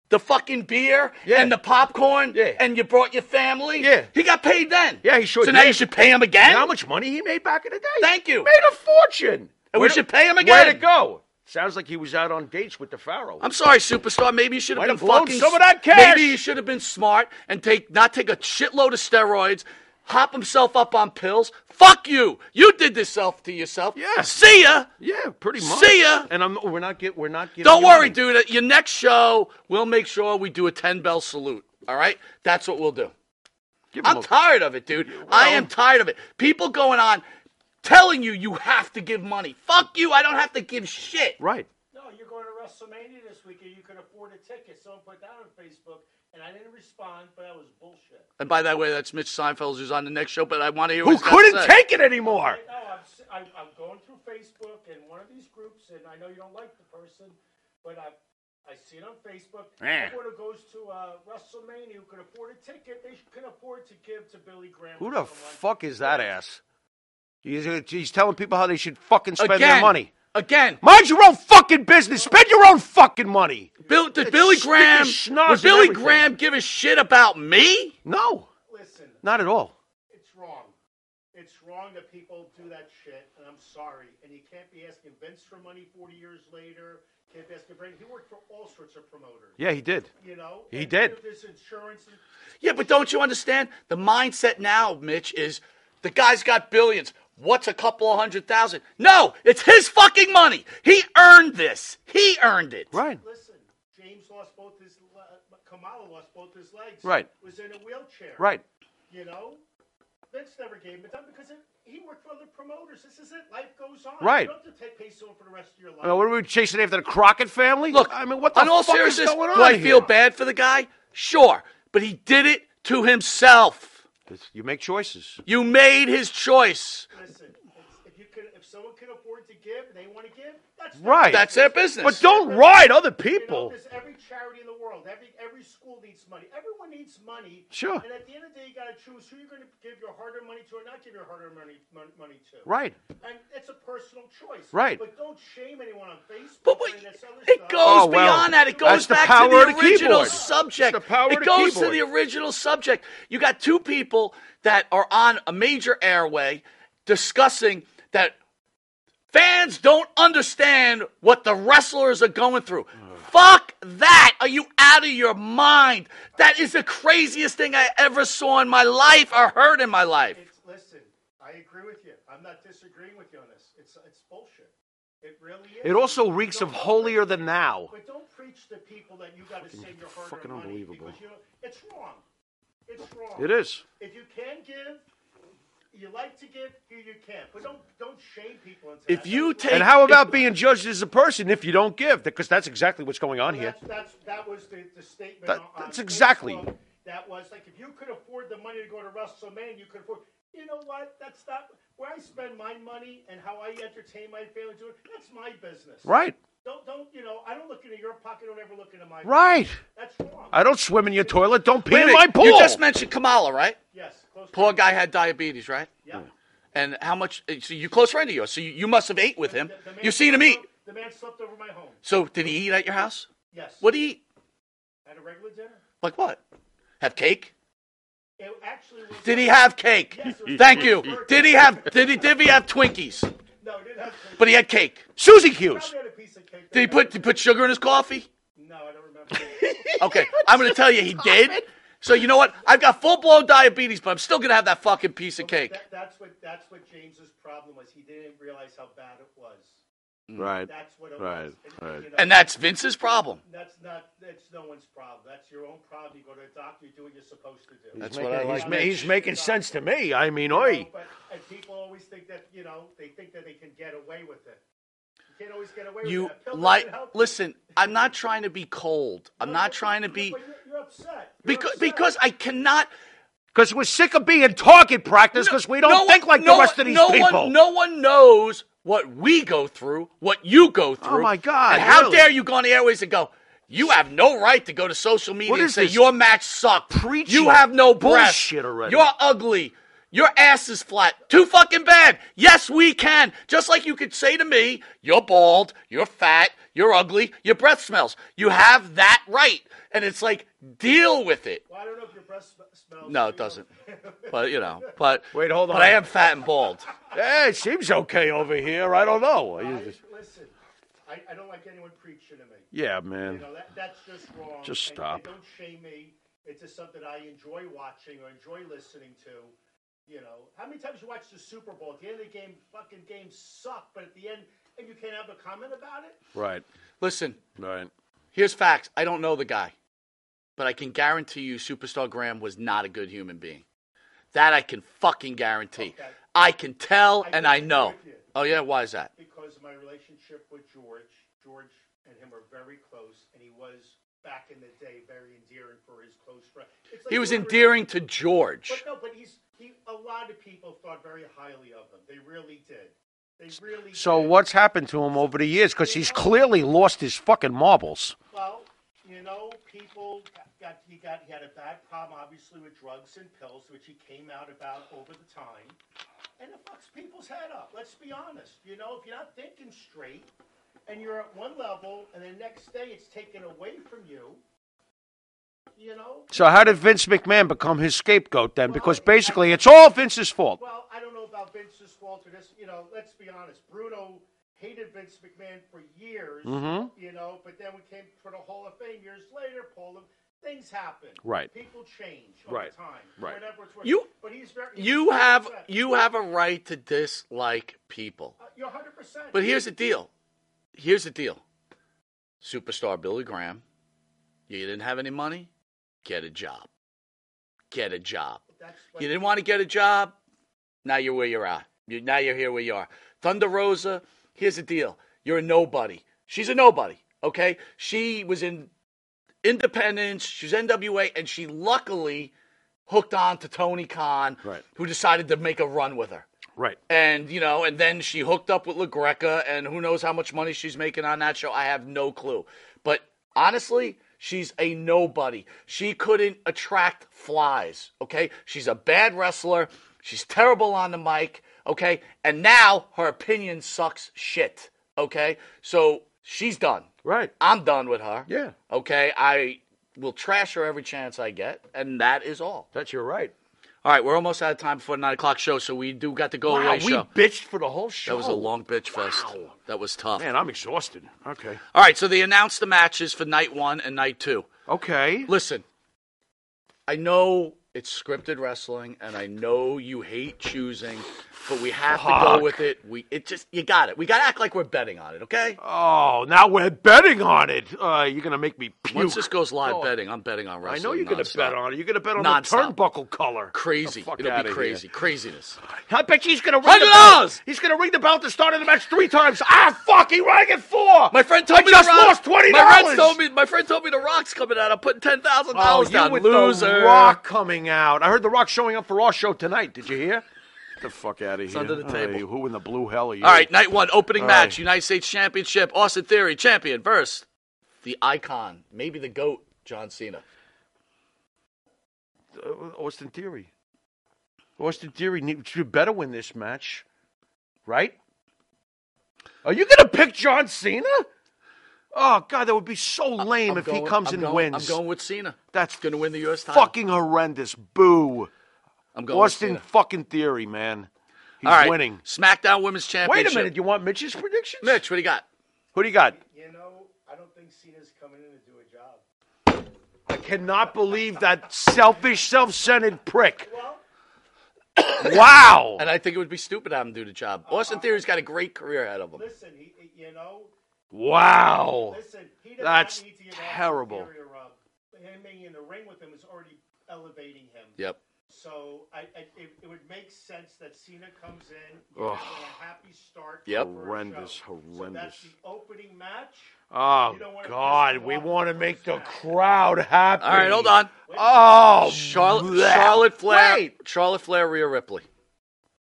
Speaker 8: the fucking beer
Speaker 2: Yeah.
Speaker 8: and the popcorn
Speaker 2: Yeah.
Speaker 8: and you brought your family?
Speaker 2: Yeah.
Speaker 8: he got paid then.
Speaker 2: Yeah, he sure
Speaker 8: So now
Speaker 2: did.
Speaker 8: you should pay him again.
Speaker 2: And how much money he made back in the day?
Speaker 8: Thank you.
Speaker 2: Made a fortune.
Speaker 8: And we
Speaker 2: Where-
Speaker 8: should pay him
Speaker 2: Where
Speaker 8: again.
Speaker 2: to go? Sounds like he was out on dates with the Pharaoh.
Speaker 8: I'm sorry, superstar. Maybe you should have
Speaker 2: Might
Speaker 8: been
Speaker 2: have blown
Speaker 8: fucking
Speaker 2: some of that cash.
Speaker 8: Maybe you should have been smart and take not take a shitload of steroids. Hop himself up on pills. Fuck you. You did this self to yourself.
Speaker 2: Yeah.
Speaker 8: See ya.
Speaker 2: Yeah, pretty much.
Speaker 8: See ya.
Speaker 2: And I'm we're not get we're not getting.
Speaker 8: Don't worry, dude. At your next show, we'll make sure we do a 10 bell salute. All right? That's what we'll do.
Speaker 2: Give him
Speaker 8: I'm
Speaker 2: a-
Speaker 8: tired of it, dude. I am tired of it. People going on telling you you have to give money. Fuck you. I don't have to give shit.
Speaker 2: Right.
Speaker 7: No, you're going to WrestleMania this week and you can afford a ticket. Someone put that on Facebook and I didn't respond, but that was bullshit.
Speaker 8: And by the way, that's Mitch Seinfeld who's on the next show, but I want to hear
Speaker 2: Who
Speaker 8: what he's got
Speaker 2: couldn't
Speaker 8: to say.
Speaker 2: take it anymore?
Speaker 7: No, I'm, s- I'm, I'm going through Facebook and one of these groups, and I know you don't like the person, but I I see it on Facebook.
Speaker 2: Eh.
Speaker 7: Everyone who goes to uh, WrestleMania who can afford a ticket, they sh- can afford to give to Billy Graham.
Speaker 2: Who
Speaker 7: or
Speaker 2: the
Speaker 7: someone.
Speaker 2: fuck is that ass? He's, he's telling people how they should fucking spend
Speaker 8: Again.
Speaker 2: their money.
Speaker 8: Again,
Speaker 2: Mind your own fucking business. Spend your own fucking money.
Speaker 8: Bill, did Billy
Speaker 2: stick
Speaker 8: Graham?
Speaker 2: his schnoz
Speaker 8: Would
Speaker 2: in
Speaker 8: Billy
Speaker 2: everything.
Speaker 8: Graham give a shit about me?
Speaker 2: No,
Speaker 7: Listen,
Speaker 2: not at all.
Speaker 7: it's wrong. It's wrong that people do that shit, and I'm sorry. And you can't be asking Vince for money 40 years later. Can't be asking Brady. He worked for all sorts of promoters,
Speaker 2: Yeah, he did.
Speaker 7: you know?
Speaker 2: He
Speaker 7: And
Speaker 2: did.
Speaker 7: There's insurance. and-
Speaker 8: Yeah, but don't you understand? The mindset now, Mitch, is the guy's got billions. What's a couple of hundred thousand? No, it's his fucking money. He earned this. He earned it.
Speaker 2: Right.
Speaker 7: Listen, James lost both his le- Kamala lost both his legs.
Speaker 2: Right.
Speaker 7: Was in a wheelchair.
Speaker 2: Right.
Speaker 7: You know, Vince never gave him a time because it, he worked for other promoters. This is it. Life goes on.
Speaker 2: Right.
Speaker 7: You don't have to take, pay someone for the rest of your life.
Speaker 2: I mean, what are we chasing after the Crockett family?
Speaker 8: Look,
Speaker 2: I mean, what the
Speaker 8: in all
Speaker 2: fuck is
Speaker 8: seriousness,
Speaker 2: going on?
Speaker 8: do I feel
Speaker 2: here?
Speaker 8: bad for the guy? Sure, but he did it to himself.
Speaker 2: It's- You make choices.
Speaker 8: You made his choice.
Speaker 7: Listen, it's- if you can, if someone can afford to give, and they want to give. That's their
Speaker 2: Right.
Speaker 8: That's their business.
Speaker 2: But don't ride other people.
Speaker 7: You know, there's every charity in the world. Every every school needs money. Everyone needs money.
Speaker 2: Sure.
Speaker 7: And at the end of the day, you got to choose who you're going to give your hard-earned money to, or not give your hard-earned money mon- money to.
Speaker 2: Right.
Speaker 7: And it's a personal choice.
Speaker 2: Right.
Speaker 7: But don't shame anyone on Facebook.
Speaker 8: But wait,
Speaker 7: and this other
Speaker 8: it
Speaker 7: stuff.
Speaker 8: goes
Speaker 2: Oh, well,
Speaker 8: beyond that. It
Speaker 2: that's
Speaker 8: goes
Speaker 2: the
Speaker 8: back
Speaker 2: power
Speaker 8: to the
Speaker 2: of the
Speaker 8: original
Speaker 2: keyboard.
Speaker 8: subject.
Speaker 2: It's the power
Speaker 8: it
Speaker 2: of the
Speaker 8: goes to
Speaker 2: keyboard.
Speaker 8: the original subject. You got two people that are on a major airway discussing that fans don't understand what the wrestlers are going through. Fuck that. Are you out of your mind? That is the craziest thing I ever saw in my life or heard in my life.
Speaker 7: It's, listen, I agree with you. I'm not disagreeing with you on this. It's it's bullshit. It really is.
Speaker 2: It also reeks of holier than thou.
Speaker 7: But don't preach to people that you got to save your hard-earned
Speaker 2: fucking
Speaker 7: money
Speaker 2: unbelievable.
Speaker 7: because you know it's wrong. It's wrong.
Speaker 2: It is.
Speaker 7: If you can give, you like to give, you, you can. But don't don't shame people into
Speaker 8: If
Speaker 7: that.
Speaker 8: you
Speaker 7: That's-
Speaker 8: take
Speaker 2: And how about being judged as a person if you don't give? Because that's exactly what's going on here.
Speaker 7: that's, that's that was the, the statement.
Speaker 2: That-
Speaker 7: on-
Speaker 2: that's
Speaker 7: on
Speaker 2: exactly-
Speaker 7: Facebook. That was like if you could afford the money to go to WrestleMania, you could afford. You know what? That's not where I spend my money and how I entertain my family. Do it. That's my business.
Speaker 2: Right.
Speaker 7: Don't don't you know? I don't look into your pocket. Don't ever look into my.
Speaker 2: Right.
Speaker 7: That's wrong.
Speaker 2: I don't swim in your toilet. Don't pee
Speaker 8: Wait a
Speaker 2: in my
Speaker 8: minute,
Speaker 2: pool.
Speaker 8: You just mentioned Kamala, right?
Speaker 7: Yes. Close
Speaker 8: Poor guy had diabetes, right?
Speaker 7: Yeah.
Speaker 8: And how much? eh, So you close friend of yours. So you, you must have ate with him. You've seen him eat.
Speaker 7: The man slept over my home.
Speaker 8: So did he eat at your house?
Speaker 7: Yes.
Speaker 8: What did he eat?
Speaker 7: At a regular dinner.
Speaker 8: Like what? Have cake?
Speaker 7: It actually was.
Speaker 8: Did he have cake? [laughs] Thank you. Did he have? Did he? Did he have Twinkies? No, he didn't have. But he had cake.
Speaker 2: Susie Q's.
Speaker 8: Did he put did he put sugar in his coffee? [laughs] No, I don't remember. okay, I'm gonna tell you he did. So you know what? I've got full blown diabetes, but I'm still gonna have that fucking piece of cake.
Speaker 7: That, that's what that's what James's problem was. He didn't realize how bad it was.
Speaker 2: Right.
Speaker 7: That's what it
Speaker 2: Right.
Speaker 7: was.
Speaker 2: Right.
Speaker 7: you know,
Speaker 8: Mm. And that's Vince's problem.
Speaker 7: That's not. That's no one's problem. That's your own problem. You go to a doctor. You do what you're supposed to do.
Speaker 2: He's
Speaker 8: what
Speaker 2: making-
Speaker 8: I like,
Speaker 2: He's, ma- he's
Speaker 8: Mitch.
Speaker 2: making sense to me. I mean,
Speaker 7: You know,
Speaker 2: oi.
Speaker 7: but and people always think that you know they think that they can get away with it. You can't always get away
Speaker 8: You
Speaker 7: with it. A pill
Speaker 8: like
Speaker 7: doesn't help you.
Speaker 8: listen, I'm not trying to be cold. I'm not trying to be
Speaker 7: But you're, you're upset.
Speaker 8: because because I cannot
Speaker 2: Because we're sick of being target practice because we don't
Speaker 8: no one-
Speaker 2: think like
Speaker 8: no
Speaker 2: the rest of
Speaker 8: one-
Speaker 2: these
Speaker 8: no
Speaker 2: people.
Speaker 8: One, no one knows what we go through, what you go through.
Speaker 2: Oh, my God,
Speaker 8: And how
Speaker 2: really?
Speaker 8: dare you go on the airways and go, you have no right to go to social media
Speaker 2: What
Speaker 8: and
Speaker 2: is
Speaker 8: say
Speaker 2: this
Speaker 8: your match sucked.
Speaker 2: preaching
Speaker 8: You have no breath.
Speaker 2: bullshit already?"
Speaker 8: You're ugly. Your ass is flat. Too fucking bad. Yes, we can. Just like you could say to me, you're bald, you're fat, you're ugly, your breath smells. You have that right. And it's like, deal with it.
Speaker 7: Well, I don't know if your breath sm- smells.
Speaker 8: No,
Speaker 7: [laughs]
Speaker 8: it doesn't. But, you know, but.
Speaker 2: Wait, hold
Speaker 8: But
Speaker 2: on.
Speaker 8: I am fat and bald.
Speaker 2: Yeah, it seems okay over here. I don't know.
Speaker 7: I,
Speaker 2: You just-
Speaker 7: listen, I, I don't like anyone preaching to me.
Speaker 2: Yeah,
Speaker 7: You
Speaker 2: man.
Speaker 7: know, that, that's just wrong.
Speaker 2: Just
Speaker 7: And-
Speaker 2: stop.
Speaker 7: And, don't shame me. It's just something I enjoy watching or enjoy listening to. You know, how many times you watch the Super Bowl? At the end of the game, fucking game sucked, but at the end, and you can't have a comment about it?
Speaker 2: Right,
Speaker 8: Listen,
Speaker 2: right.
Speaker 8: Here's facts. I don't know the guy, but I can guarantee you Superstar Graham was not a good human being. That I can fucking guarantee. I can tell and I know.
Speaker 7: with you.
Speaker 8: Oh, yeah? Why is that?
Speaker 7: Because of my relationship with George, George and him are very close, and he was back in the day very endearing for his close friend. It's like
Speaker 8: He was
Speaker 7: your relationship
Speaker 8: endearing to George.
Speaker 7: But no, but he's he. A lot of people thought very highly of him. They really did. They really.
Speaker 2: So
Speaker 7: did.
Speaker 2: what's happened to him over the years? Because he's clearly lost his fucking marbles.
Speaker 7: Well, you know, people got, got he got he had a bad problem, obviously, with drugs and pills, which he came out about over the time, and it fucks people's head up. Let's be honest. You know, if you're not thinking straight, and you're at one level, and the next day it's taken away from you. You know,
Speaker 2: So how did Vince McMahon become his scapegoat then? Because basically, it's all Vince's fault.
Speaker 7: Well, I don't know about Vince's fault or this. You know, let's be honest. Bruno hated Vince McMahon for years.
Speaker 2: Mhm.
Speaker 7: You know, but then we came for the Hall of Fame years later. Paul, things happen.
Speaker 2: Right.
Speaker 7: People change over
Speaker 2: Right.
Speaker 7: time.
Speaker 2: Right.
Speaker 7: Whenever it's worth-
Speaker 8: You-
Speaker 7: But he's very. he's
Speaker 8: You
Speaker 7: very
Speaker 8: have
Speaker 7: upset.
Speaker 8: you have a right to dislike people.
Speaker 7: Uh, you're 100. percent
Speaker 8: But here's the deal. Here's the deal. Superstar Billy Graham, you didn't have any money? Get a job. Get a job.
Speaker 7: That's what,
Speaker 8: You didn't want to get a job. Now you're where you're at. You, now you're here where you are. Thunder Rosa, here's the deal. You're a nobody. She's a nobody, okay? She was in Independence, she was NWA, and she luckily hooked on to Tony Khan,
Speaker 2: Right.
Speaker 8: who decided to make a run with her.
Speaker 2: Right.
Speaker 8: And, you know, and then she hooked up with LaGreca, and who knows how much money she's making on that show. I have no clue. But honestly, she's a nobody. She couldn't attract flies, okay? She's a bad wrestler. She's terrible on the mic, okay? And now her opinion sucks shit, okay? So she's done.
Speaker 2: Right.
Speaker 8: I'm done with her.
Speaker 2: Yeah.
Speaker 8: Okay? I will trash her every chance I get, and that is all.
Speaker 2: That's your right.
Speaker 8: All right, we're almost out of time before the nine o'clock show, so we do got to go
Speaker 2: Wow,
Speaker 8: away.
Speaker 2: we
Speaker 8: show.
Speaker 2: bitched for the whole show.
Speaker 8: That was a long bitch fest. That was tough.
Speaker 2: Man, I'm exhausted. Okay.
Speaker 8: All right, so they announced the matches for night one and night two.
Speaker 2: Okay.
Speaker 8: Listen, I know it's scripted wrestling, and I know you hate choosing, but we have to
Speaker 2: Fuck.
Speaker 8: go with it. We it just you got it. We got to act like we're betting on it, okay?
Speaker 2: Oh, now we're betting on it. Uh, you're gonna make me puke.
Speaker 8: Once this goes live,
Speaker 2: Oh,
Speaker 8: betting. I'm betting on
Speaker 2: I
Speaker 8: wrestling.
Speaker 2: know you're gonna
Speaker 8: nonstop.
Speaker 2: bet on it. You're gonna bet on
Speaker 8: Nonstop.
Speaker 2: the turnbuckle color.
Speaker 8: Crazy.
Speaker 2: The fuck
Speaker 8: It'll
Speaker 2: outta
Speaker 8: be
Speaker 2: here.
Speaker 8: crazy. Craziness.
Speaker 2: I bet you he's gonna ring the bell.
Speaker 8: $100.
Speaker 2: He's gonna ring the bell at the start of the match three times. Ah, fuck! He rang it four.
Speaker 8: My friend told
Speaker 2: I
Speaker 8: me
Speaker 2: just
Speaker 8: the Rock-
Speaker 2: lost twenty
Speaker 8: My
Speaker 2: dollars.
Speaker 8: friend told me. My friend told me the Rock's coming out. I'm putting ten thousand
Speaker 2: Oh,
Speaker 8: dollars
Speaker 2: you
Speaker 8: down.
Speaker 2: with
Speaker 8: Loser.
Speaker 2: the Rock coming out. I heard the Rock showing up for our show tonight. Did you hear? Get the fuck out of
Speaker 8: It's
Speaker 2: here.
Speaker 8: under the
Speaker 2: Hey,
Speaker 8: table.
Speaker 2: who in the blue hell are you?
Speaker 8: All right, night one, opening
Speaker 2: All
Speaker 8: match,
Speaker 2: right.
Speaker 8: United States Championship, Austin Theory, champion versus the icon, maybe the GOAT, John Cena.
Speaker 2: Uh, Austin Theory. Austin Theory need, should better win this match, right? Are you gonna pick John Cena? Oh God, that would be so lame
Speaker 8: I'm
Speaker 2: if
Speaker 8: going-
Speaker 2: he comes
Speaker 8: I'm
Speaker 2: and
Speaker 8: going-
Speaker 2: wins.
Speaker 8: I'm going with Cena.
Speaker 2: That's
Speaker 8: gonna win the U.S. title.
Speaker 2: Fucking horrendous. Boo.
Speaker 8: I'm going with
Speaker 2: Austin
Speaker 8: Cena.
Speaker 2: fucking Theory, man. He's
Speaker 8: All right,
Speaker 2: winning.
Speaker 8: SmackDown Women's Championship.
Speaker 2: Wait a minute, you want Mitch's predictions?
Speaker 8: Mitch, what do you got?
Speaker 2: Who do you got?
Speaker 7: You know, I don't think Cena's coming in to do a job.
Speaker 2: I cannot believe that selfish, self-centered prick.
Speaker 7: [coughs]
Speaker 2: Wow.
Speaker 8: And I think it would be stupid to have him do the job. Austin Theory's got a great career ahead of him.
Speaker 7: Listen, he, he- you know,
Speaker 2: Wow.
Speaker 7: Listen, he does
Speaker 2: That's
Speaker 7: not need to get Austin
Speaker 2: terrible.
Speaker 7: Theory a rub. uh, Him being in the ring with him is already elevating him.
Speaker 8: Yep.
Speaker 7: So I, I it, it would make sense that Cena comes in.
Speaker 2: Ugh.
Speaker 7: You have a happy start.
Speaker 2: Yep.
Speaker 7: for a
Speaker 2: Horrendous,
Speaker 7: show. So
Speaker 2: horrendous.
Speaker 7: that's the opening match.
Speaker 2: Oh God, we want to make the crowd happy.
Speaker 8: All right, hold on.
Speaker 2: Oh,
Speaker 8: Charlotte,
Speaker 2: bleh.
Speaker 8: Charlotte Flair,
Speaker 2: Wait.
Speaker 8: Charlotte Flair, Rhea Ripley,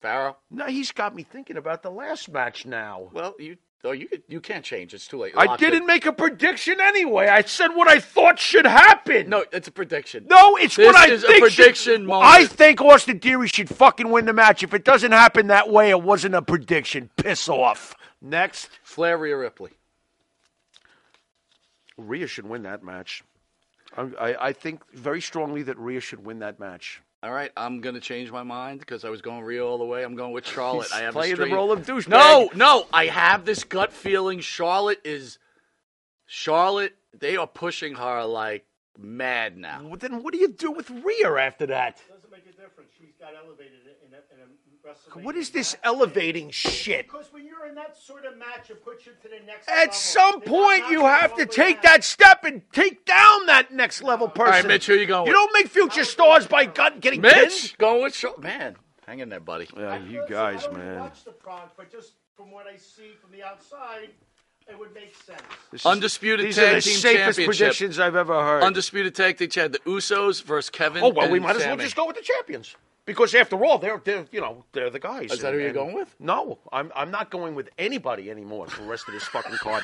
Speaker 8: Farrow.
Speaker 2: No, he's got me thinking about the last match now.
Speaker 8: Well, you oh you could, you can't change. It's too late.
Speaker 2: I
Speaker 8: Locked
Speaker 2: didn't
Speaker 8: in.
Speaker 2: make a prediction anyway. I said what I thought should happen.
Speaker 8: No, it's a prediction.
Speaker 2: No, it's
Speaker 8: This
Speaker 2: what I
Speaker 8: is a
Speaker 2: think should-
Speaker 8: prediction moment.
Speaker 2: I think Austin Theory should fucking win the match. If it doesn't happen that way, it wasn't a prediction. Piss off. Next,
Speaker 8: Flair, Rhea Ripley.
Speaker 2: Rhea should win that match. I, I, I think very strongly that Rhea should win that match.
Speaker 8: All right, I'm gonna change my mind because I was going Rhea all the way. I'm going with Charlotte.
Speaker 2: He's
Speaker 8: I have
Speaker 2: playing
Speaker 8: a
Speaker 2: the
Speaker 8: strange...
Speaker 2: role of douchebag.
Speaker 8: No, no, I have this gut feeling. Charlotte is Charlotte. They are pushing her like mad now.
Speaker 2: Well, then what do you do with Rhea after that?
Speaker 7: Doesn't make a difference. She's got elevated in a, in a WrestleMania.
Speaker 2: What is this elevating shit?
Speaker 7: Because when you're in that sort of match, it puts you to the next level.
Speaker 2: At some
Speaker 7: They're
Speaker 2: point,
Speaker 7: not
Speaker 2: you
Speaker 7: knocking
Speaker 2: have
Speaker 7: all
Speaker 2: to
Speaker 7: the way
Speaker 2: take
Speaker 7: down.
Speaker 2: that step and take down that next level person.
Speaker 8: right, Mitch, who you going
Speaker 2: You
Speaker 8: with?
Speaker 2: don't make future stars by gut getting
Speaker 8: Mitch, going with Charlotte. Man, hang in there, buddy.
Speaker 2: Yeah, you
Speaker 7: Listen, I don't watch the Bronx, but just from what I see from the outside, it would make sense.
Speaker 2: This is-
Speaker 8: Undisputed
Speaker 2: these
Speaker 8: tag
Speaker 2: are the
Speaker 8: team
Speaker 2: safest
Speaker 8: championship.
Speaker 2: predictions I've ever heard.
Speaker 8: Undisputed tag team had the Usos versus Kevin.
Speaker 2: oh well, we
Speaker 8: and
Speaker 2: might as well
Speaker 8: Sammy.
Speaker 2: just go with the champions because after all, they're, they're you know they're the guys.
Speaker 8: Is that who you're going with?
Speaker 2: No, I'm I'm not going with anybody anymore for the rest of this fucking card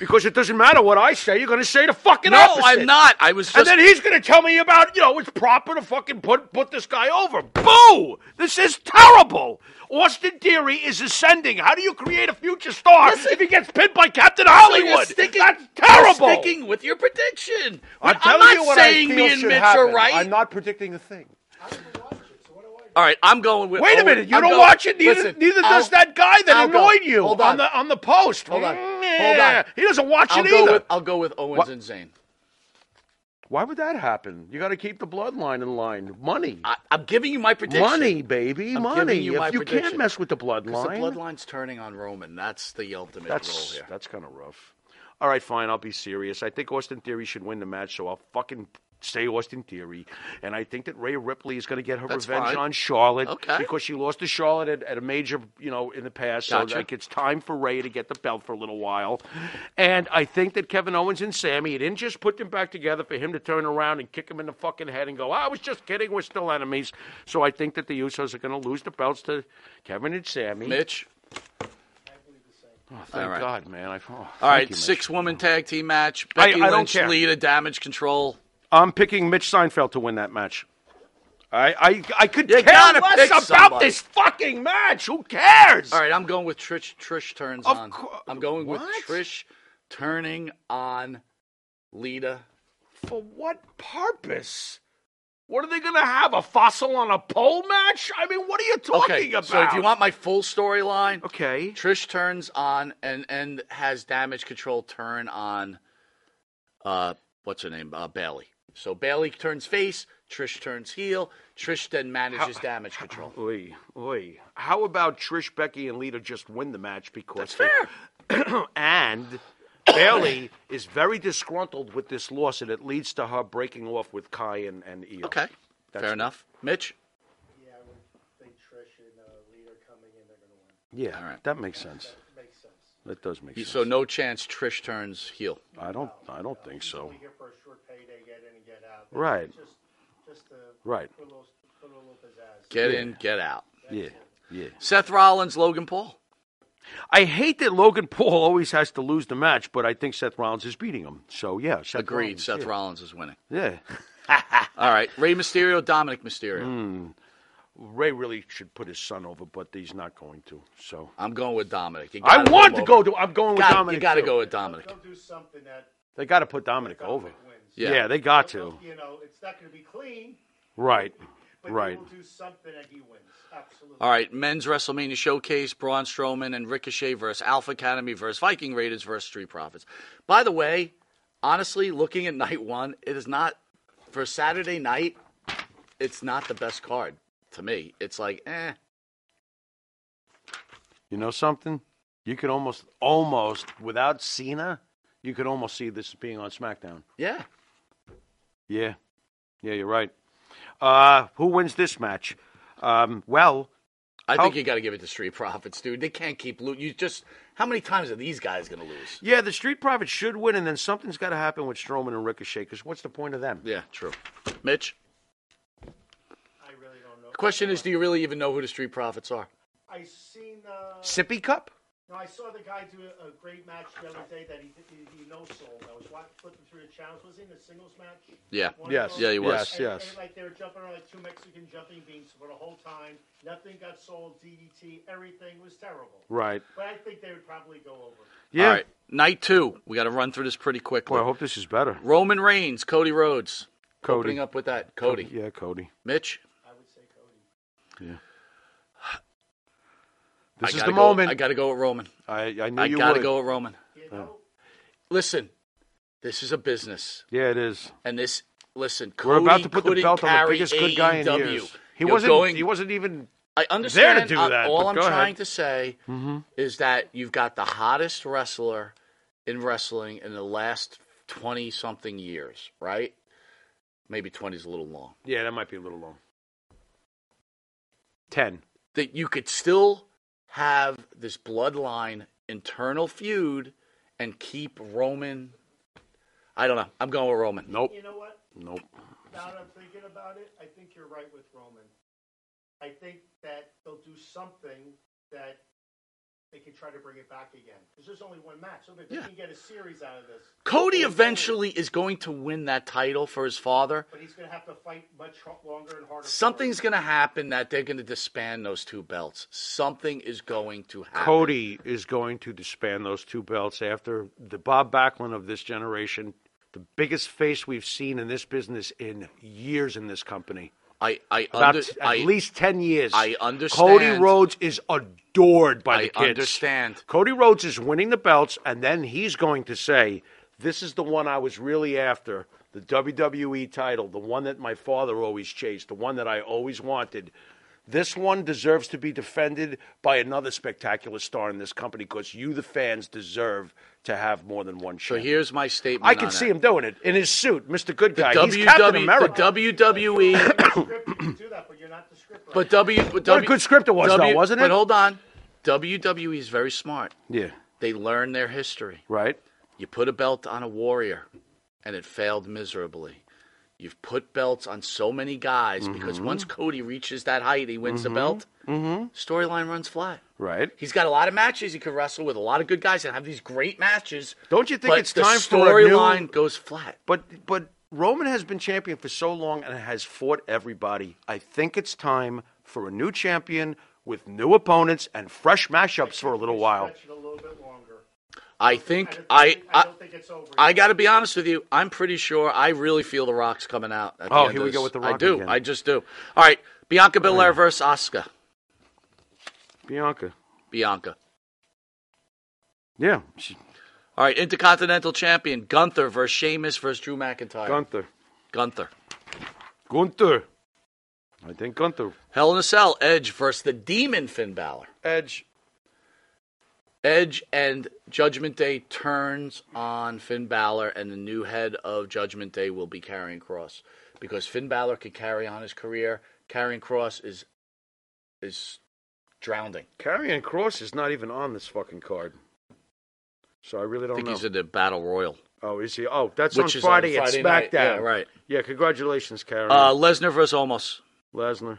Speaker 2: because it doesn't matter what I say. You're going to say the fucking
Speaker 8: No,
Speaker 2: opposite.
Speaker 8: I'm not. I was just.
Speaker 2: And then he's going to tell me about, you know, it's proper to fucking put put this guy over. Boo! This is terrible. Austin Theory is ascending. How do you create a future star if he gets pinned by Captain
Speaker 8: You're
Speaker 2: Hollywood?
Speaker 8: sticking,
Speaker 2: That's terrible.
Speaker 8: You're sticking with your prediction.
Speaker 2: I'm,
Speaker 8: I'm
Speaker 2: telling
Speaker 8: not
Speaker 2: you what
Speaker 8: saying
Speaker 2: I feel
Speaker 8: me and
Speaker 2: should
Speaker 8: Mitch
Speaker 2: happen.
Speaker 8: are right.
Speaker 2: I'm not predicting a thing.
Speaker 8: All right, I'm going with.
Speaker 2: Wait a
Speaker 8: Owen.
Speaker 2: minute. You
Speaker 8: I'm
Speaker 2: don't
Speaker 8: going-
Speaker 2: watch it. Neither,
Speaker 8: Listen,
Speaker 2: neither
Speaker 8: I'll-
Speaker 2: does that guy that
Speaker 8: I'll go.
Speaker 2: annoyed you
Speaker 8: Hold
Speaker 2: on.
Speaker 8: on.
Speaker 2: the on the post.
Speaker 8: Hold on.
Speaker 2: Yeah.
Speaker 8: Hold on.
Speaker 2: He doesn't watch
Speaker 8: I'll
Speaker 2: it
Speaker 8: go
Speaker 2: either.
Speaker 8: with. I'll go with Owens
Speaker 2: What-
Speaker 8: and Zayn.
Speaker 2: Why would that happen? You got to keep the bloodline in line. Money.
Speaker 8: I, I'm giving you my prediction.
Speaker 2: Money, baby,
Speaker 8: I'm
Speaker 2: money.
Speaker 8: giving you
Speaker 2: If
Speaker 8: my
Speaker 2: you can't
Speaker 8: prediction.
Speaker 2: mess with the
Speaker 8: 'Cause
Speaker 2: bloodline.
Speaker 8: the bloodline's turning on Roman. That's the ultimate role
Speaker 2: That's
Speaker 8: here.
Speaker 2: that's kind of rough. All right, fine. I'll be serious. I think Austin Theory should win the match, so I'll fucking say Austin Theory. And I think that Rhea Ripley is going to get her
Speaker 8: That's
Speaker 2: revenge
Speaker 8: fine.
Speaker 2: on Charlotte
Speaker 8: Okay.
Speaker 2: because she lost to Charlotte at, at a major, you know, in the past.
Speaker 8: Gotcha.
Speaker 2: So like it's time for Rhea to get the belt for a little while. And I think that Kevin Owens and Sammy it didn't just put them back together for him to turn around and kick him in the fucking head and go, "I was just kidding. We're still enemies." So I think that the Usos are going to lose the belts to Kevin and Sammy.
Speaker 8: Mitch.
Speaker 2: Oh, thank
Speaker 8: All right.
Speaker 2: God, man. I, oh,
Speaker 8: All
Speaker 2: thank
Speaker 8: right,
Speaker 2: you, Mitch.
Speaker 8: six woman tag team match.
Speaker 2: I-
Speaker 8: Becky
Speaker 2: I don't
Speaker 8: Lynch,
Speaker 2: care.
Speaker 8: Lita, Damage Control.
Speaker 2: I'm picking Mitch Seinfeld to win that match. I I, I could
Speaker 8: You
Speaker 2: care
Speaker 8: gotta
Speaker 2: less
Speaker 8: pick
Speaker 2: about
Speaker 8: somebody.
Speaker 2: this fucking match. Who cares?
Speaker 8: All right, I'm going with Trish. Trish turns
Speaker 2: Of
Speaker 8: on.
Speaker 2: cour-
Speaker 8: I'm going
Speaker 2: What?
Speaker 8: with Trish turning on Lita.
Speaker 2: For what purpose? What are they gonna have a fossil on a pole match? I mean, what are you talking
Speaker 8: Okay,
Speaker 2: about?
Speaker 8: so if you want my full storyline,
Speaker 2: okay,
Speaker 8: Trish turns on and and has Damage Control turn on. Uh, what's her name? Uh, Bailey. So Bailey turns face. Trish turns heel. Trish then manages Damage Control.
Speaker 2: oi, oi. How about Trish, Becky, and Lita just win the match because
Speaker 8: That's fair.
Speaker 2: they- [coughs] and Bailey is very disgruntled with this loss, and it leads to her breaking off with Kai and and Io.
Speaker 8: Okay,
Speaker 2: That's
Speaker 8: fair enough. Mitch.
Speaker 7: Yeah, I would think Trish and uh, Lita are coming in, they're going to win.
Speaker 2: Yeah, that makes sense.
Speaker 7: Makes sense.
Speaker 2: That does make sense.
Speaker 8: So no chance Trish turns heel.
Speaker 2: I don't. I don't think
Speaker 8: Oh.
Speaker 2: so.
Speaker 7: Here for a short payday, get in and get out.
Speaker 2: Right.
Speaker 7: Just, just uh
Speaker 2: Right.
Speaker 7: put a little, put a little pizzazz.
Speaker 8: Get in, get out.
Speaker 2: Yeah, yeah.
Speaker 8: Seth Rollins, Logan Paul.
Speaker 2: I hate that Logan Paul always has to lose the match, but I think Seth Rollins is beating him. So yeah, Seth
Speaker 8: Agreed.
Speaker 2: Rollins,
Speaker 8: Seth
Speaker 2: yeah.
Speaker 8: Rollins is winning.
Speaker 2: Yeah.
Speaker 8: All right. Ray Mysterio, Dominic Mysterio.
Speaker 2: Hmm. Ray really should put his son over, but he's not going to. So
Speaker 8: I'm going with Dominic. You
Speaker 2: I
Speaker 8: gotta
Speaker 2: want
Speaker 8: put
Speaker 2: to
Speaker 8: him
Speaker 2: go
Speaker 8: over.
Speaker 2: to. I'm going with
Speaker 8: Gotta- you
Speaker 2: Dominic.
Speaker 8: gotta
Speaker 2: too.
Speaker 8: go with Dominic.
Speaker 7: They'll do something that
Speaker 2: They got to put Dominic over.
Speaker 8: Yeah.
Speaker 2: Yeah. they got to.
Speaker 7: you know it's not going to be clean,
Speaker 2: Right.
Speaker 7: but
Speaker 2: Right.
Speaker 7: they will do something that he wins. Absolutely.
Speaker 8: All right, men's WrestleMania showcase: Braun Strowman and Ricochet versus Alpha Academy versus Viking Raiders versus Street Profits. By the way, honestly, looking at night one, it is not for Saturday night. It's not the best card to me. It's like, eh,
Speaker 2: You know something? You could almost, almost without Cena, you could almost see this being on SmackDown.
Speaker 8: yeah.
Speaker 2: Yeah, yeah, you're right. Uh, who wins this match? Um, well,
Speaker 8: I
Speaker 2: How-
Speaker 8: think you got to give it to Street [laughs] Profits, dude. They can't keep losing. You just how many times are these guys going to lose?
Speaker 2: yeah, the Street Profits should win, and then something's got to happen with Strowman and Ricochet. Because what's the point of them?
Speaker 8: Yeah, true. Mitch, the question is, do you really even know who the Street Profits are?
Speaker 7: I seen. Uh,
Speaker 2: Sippy Cup.
Speaker 7: no, I saw the guy do a, a great match the other day that he he, he no sold. I was watching, flipping through the channels. Was he in a singles match?
Speaker 8: Yeah.
Speaker 7: One of
Speaker 8: Yes.
Speaker 7: those-
Speaker 8: Yeah, he was.
Speaker 7: And,
Speaker 8: Yes, yes.
Speaker 7: and, like they were jumping around like two Mexican jumping beans for the whole time. Nothing got sold. DDT. Everything was terrible.
Speaker 2: Right.
Speaker 7: But I think they would probably go over.
Speaker 2: Yeah.
Speaker 8: All right, night two. We got to run through this pretty quickly.
Speaker 2: Boy, I hope this is better.
Speaker 8: Roman Reigns, Cody Rhodes.
Speaker 2: Cody.
Speaker 8: Opening up with that, Cody.
Speaker 2: Yeah, Cody.
Speaker 8: Mitch. [sighs]
Speaker 2: Yeah.
Speaker 8: I
Speaker 2: This is
Speaker 8: gotta
Speaker 2: the
Speaker 8: go-
Speaker 2: moment.
Speaker 8: I got to go with Roman.
Speaker 2: I, I knew
Speaker 8: I
Speaker 2: you
Speaker 8: gotta
Speaker 2: would. Oh.
Speaker 8: go with Roman.
Speaker 2: Yeah.
Speaker 8: Listen, this is a business,
Speaker 2: Yeah, it is.
Speaker 8: and this. Listen,
Speaker 2: We're
Speaker 8: Cody
Speaker 2: about to put the
Speaker 8: couldn't
Speaker 2: belt on the
Speaker 8: carry
Speaker 2: biggest good guy in
Speaker 8: AEW.
Speaker 2: years. He
Speaker 8: You're
Speaker 2: wasn't.
Speaker 8: Going,
Speaker 2: he wasn't even.
Speaker 8: I understand.
Speaker 2: there to do
Speaker 8: uh,
Speaker 2: that.
Speaker 8: all
Speaker 2: but
Speaker 8: I'm
Speaker 2: go ahead.
Speaker 8: trying to say
Speaker 2: Mhm.
Speaker 8: is that you've got the hottest wrestler in wrestling in the last twenty something years, right? Maybe twenty is a little long.
Speaker 2: Yeah, that might be a little long. Ten.
Speaker 8: that you could still have this bloodline internal feud and keep Roman. I don't know. I'm going with Roman.
Speaker 2: Nope.
Speaker 7: You know what?
Speaker 2: Nope.
Speaker 7: Now that I'm thinking about it, I think you're right with Roman. I think that they'll do something that they can try to bring it back again. Because there's only one match. So if they
Speaker 8: Yeah.
Speaker 7: can get a series out of this,
Speaker 8: Cody eventually is going to win that title for his father.
Speaker 7: but he's going to have to fight much ho- longer and harder. for
Speaker 8: Something's going to happen that they're going to disband those two belts. Something is going to happen.
Speaker 2: Cody is going to disband those two belts after the Bob Backlund of this generation, the biggest face we've seen in this business in years in this company.
Speaker 8: I, I,
Speaker 2: About
Speaker 8: under-
Speaker 2: t- at
Speaker 8: I
Speaker 2: least ten years.
Speaker 8: I
Speaker 2: Cody
Speaker 8: understand.
Speaker 2: Rhodes is adored by
Speaker 8: I
Speaker 2: the kids.
Speaker 8: understand.
Speaker 2: Cody Rhodes is winning the belts, and then he's going to say, "This is the one I was really after." The WWE title, the one that my father always chased, the one that I always wanted. This one deserves to be defended by another spectacular star in this company because you, the fans, deserve to have more than one
Speaker 8: So
Speaker 2: shot.
Speaker 8: here's my statement.
Speaker 2: I can
Speaker 8: on
Speaker 2: see
Speaker 8: that.
Speaker 2: him doing it in his suit, Mr. Good
Speaker 8: The
Speaker 2: Guy. he's Captain
Speaker 8: WW,
Speaker 2: America.
Speaker 8: the WWE, but W, but
Speaker 2: What a
Speaker 8: W-
Speaker 2: good script it was, though,
Speaker 8: W-
Speaker 2: wasn't it?
Speaker 8: But hold on, WWE is very smart.
Speaker 2: yeah,
Speaker 8: They learn their history.
Speaker 2: right.
Speaker 8: You put a belt on a warrior, and it failed miserably. You've put belts on so many guys because once Cody reaches that height, he wins the belt.
Speaker 2: Mm-hmm.
Speaker 8: Storyline runs flat.
Speaker 2: Right.
Speaker 8: He's got a lot of matches he could wrestle with a lot of good guys and have these great matches.
Speaker 2: Don't you think
Speaker 8: but
Speaker 2: it's
Speaker 8: the
Speaker 2: time for a new-
Speaker 8: storyline goes flat?
Speaker 2: But but Roman has been champion for so long and has fought everybody. I think it's time for a new champion with new opponents and fresh mashups for a little while.
Speaker 7: Stretch it a little bit longer.
Speaker 8: I think
Speaker 7: I
Speaker 8: I
Speaker 7: don't think- I
Speaker 8: I,
Speaker 7: don't think it's over
Speaker 8: I got to be honest with you. I'm pretty sure I really feel the Rock's coming out. at the
Speaker 2: Oh,
Speaker 8: end
Speaker 2: here
Speaker 8: of
Speaker 2: we go
Speaker 8: this.
Speaker 2: with The
Speaker 8: I
Speaker 2: Rock
Speaker 8: do.
Speaker 2: again.
Speaker 8: I just do. All right, Bianca Belair versus Asuka.
Speaker 2: Bianca.
Speaker 8: Bianca.
Speaker 2: Yeah. she-
Speaker 8: All right, Intercontinental Champion Gunther versus Sheamus versus Drew McIntyre.
Speaker 2: Gunther.
Speaker 8: Gunther.
Speaker 2: Gunther. I think Gunther.
Speaker 8: Hell in a Cell Edge versus the Demon Finn Balor.
Speaker 2: Edge.
Speaker 8: Edge and Judgment Day turns on Finn Balor, and the new head of Judgment Day will be Carrying Cross because Finn Balor could carry on his career. Carrying Cross is is drowning.
Speaker 2: Karrion Cross is not even on this fucking card. So I really
Speaker 8: I
Speaker 2: don't
Speaker 8: think
Speaker 2: know.
Speaker 8: he's in the Battle Royal.
Speaker 2: oh, is he? Oh, that's
Speaker 8: Which
Speaker 2: on
Speaker 8: is on
Speaker 2: Friday,
Speaker 8: Friday
Speaker 2: at
Speaker 8: night.
Speaker 2: SmackDown.
Speaker 8: Yeah, right.
Speaker 2: Yeah, congratulations, Karrion.
Speaker 8: Uh, Lesnar versus Omos.
Speaker 2: Lesnar.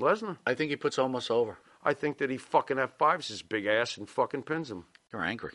Speaker 2: Lesnar.
Speaker 8: I think he puts almost over.
Speaker 2: I think that he fucking F5s his big ass and fucking pins him.
Speaker 8: You're angry.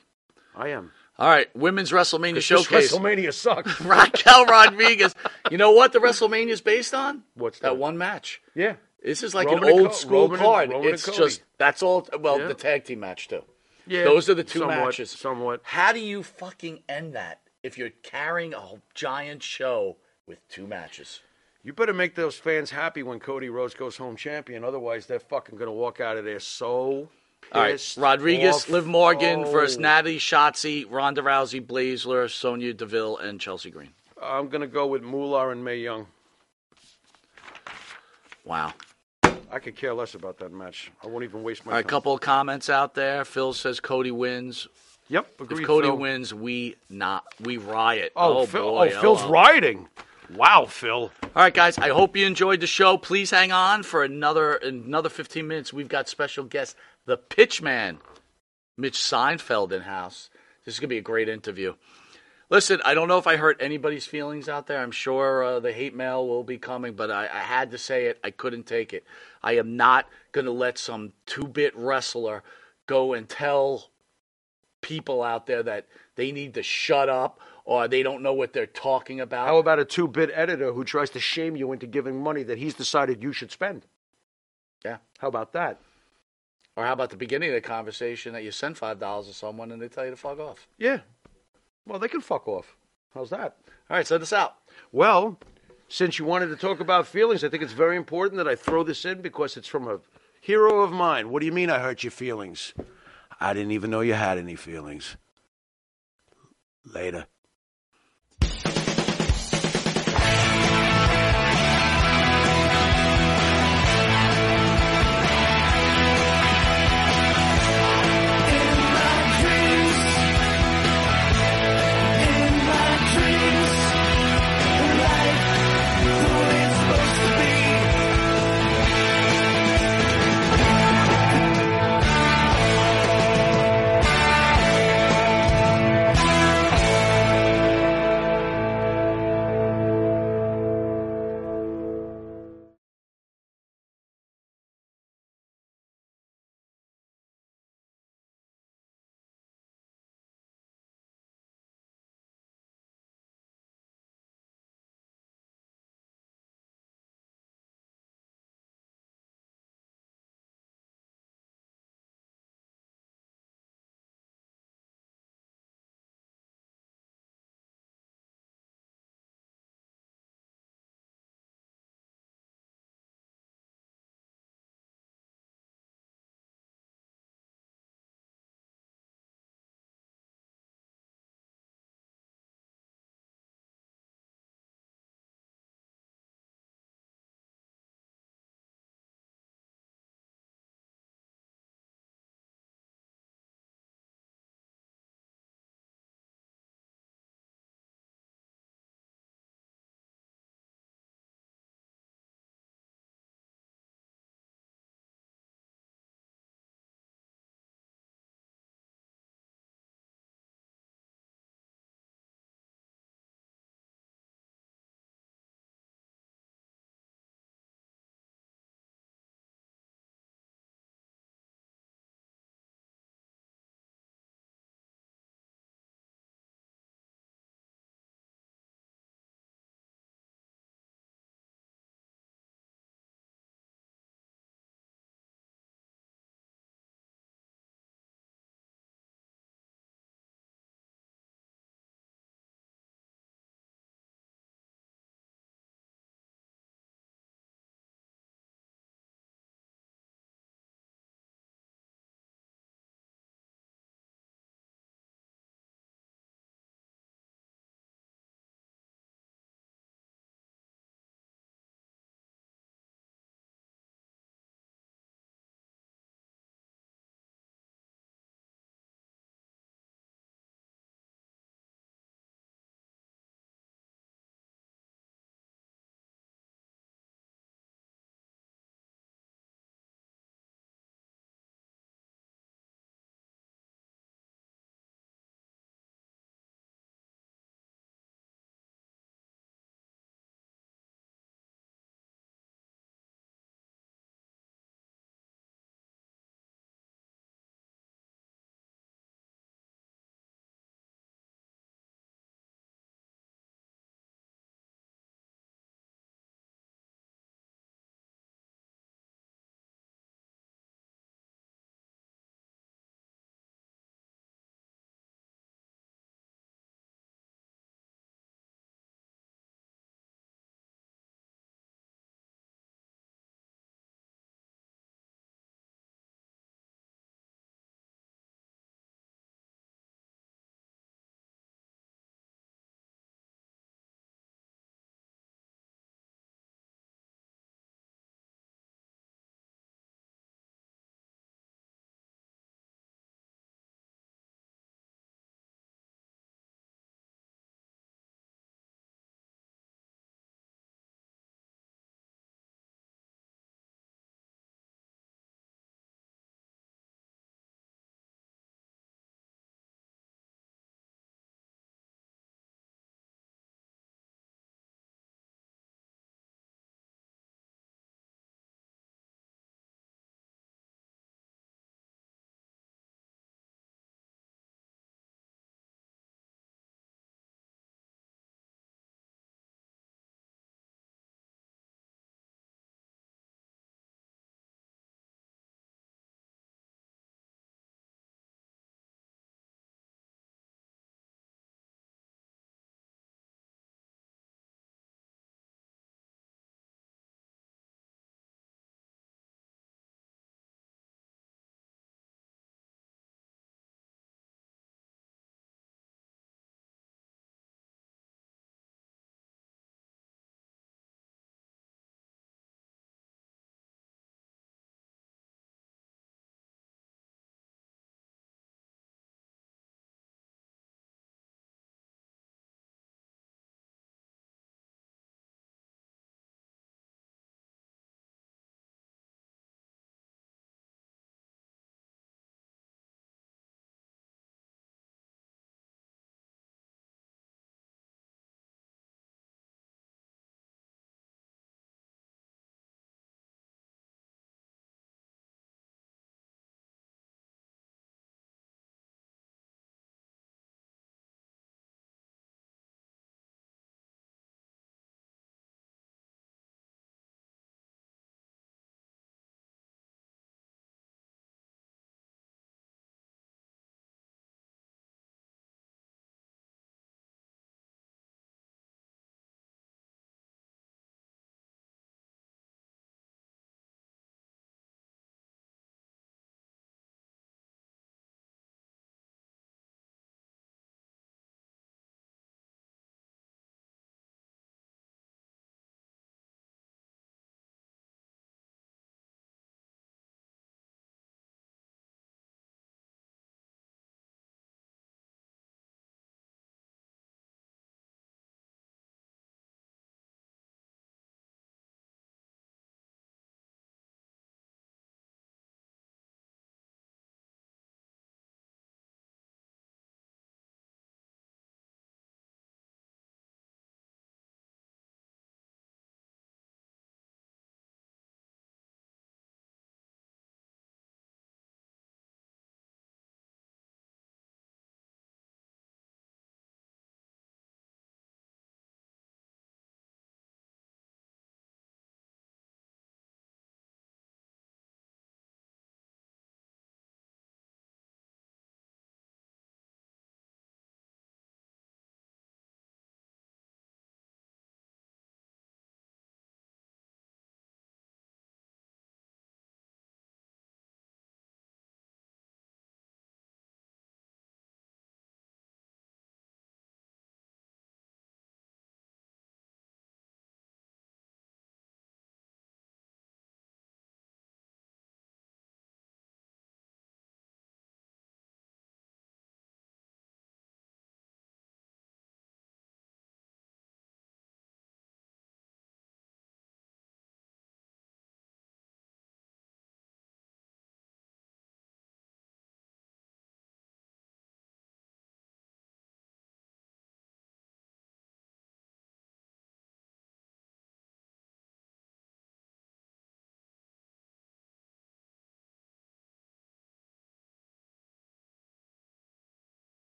Speaker 2: I am.
Speaker 8: All right, women's WrestleMania
Speaker 2: 'Cause this
Speaker 8: showcase.
Speaker 2: WrestleMania sucks.
Speaker 8: [laughs] Raquel Rodriguez. You know what the WrestleMania is based on?
Speaker 2: What's
Speaker 8: that, one match?
Speaker 2: Yeah.
Speaker 8: This is like
Speaker 2: Roman
Speaker 8: an
Speaker 2: and
Speaker 8: old
Speaker 2: Co-
Speaker 8: school
Speaker 2: Roman and-
Speaker 8: card.
Speaker 2: Roman and
Speaker 8: it's
Speaker 2: Cody.
Speaker 8: just that's all. Well,
Speaker 2: Yeah.
Speaker 8: the tag team match too.
Speaker 2: Yeah,
Speaker 8: Those are the two
Speaker 2: somewhat,
Speaker 8: matches.
Speaker 2: Somewhat.
Speaker 8: How do you fucking end that if you're carrying a whole giant show with two matches?
Speaker 2: You better make those fans happy when Cody Rhodes goes home champion. Otherwise, they're fucking gonna walk out of there so pissed.
Speaker 8: All right, Rodriguez,
Speaker 2: off.
Speaker 8: Liv Morgan
Speaker 2: Oh.
Speaker 8: versus Natty Shotzi, Ronda Rousey, Blazler, Sonya Deville, and Chelsea Green.
Speaker 2: I'm gonna go with Moolah and May Young.
Speaker 8: Wow.
Speaker 2: I could care less about that match. I won't even waste my
Speaker 8: All right,
Speaker 2: time.
Speaker 8: couple of comments out there. Phil says Cody wins.
Speaker 2: Yep, agreed,
Speaker 8: If Cody
Speaker 2: Phil.
Speaker 8: wins, we not we riot.
Speaker 2: Oh,
Speaker 8: Oh,
Speaker 2: Phil,
Speaker 8: boy,
Speaker 2: oh, Phil's
Speaker 8: hello.
Speaker 2: rioting. Wow, Phil.
Speaker 8: All right, guys. I hope you enjoyed the show. Please hang on for another another 15 minutes. We've got special guest, the Pitchman, Mitch Seinfeld in house. This is gonna be a great interview. Listen, I don't know if I hurt anybody's feelings out there. I'm sure uh, the hate mail will be coming, but I, I had to say it. I couldn't take it. I am not gonna let some two-bit wrestler go and tell people out there that they need to shut up or they don't know what they're talking about.
Speaker 2: How about a two-bit editor who tries to shame you into giving money that he's decided you should spend?
Speaker 8: Yeah.
Speaker 2: How about that?
Speaker 8: Or how about the beginning of the conversation that you send five dollars to someone and they tell you to fuck off?
Speaker 2: Yeah. Well, they can fuck off. How's that?
Speaker 8: All right, send us out.
Speaker 2: Well, since you wanted to talk about feelings, I think it's very important that I throw this in because it's from a hero of mine. What do you mean I hurt your feelings? I didn't even know you had any feelings. Later.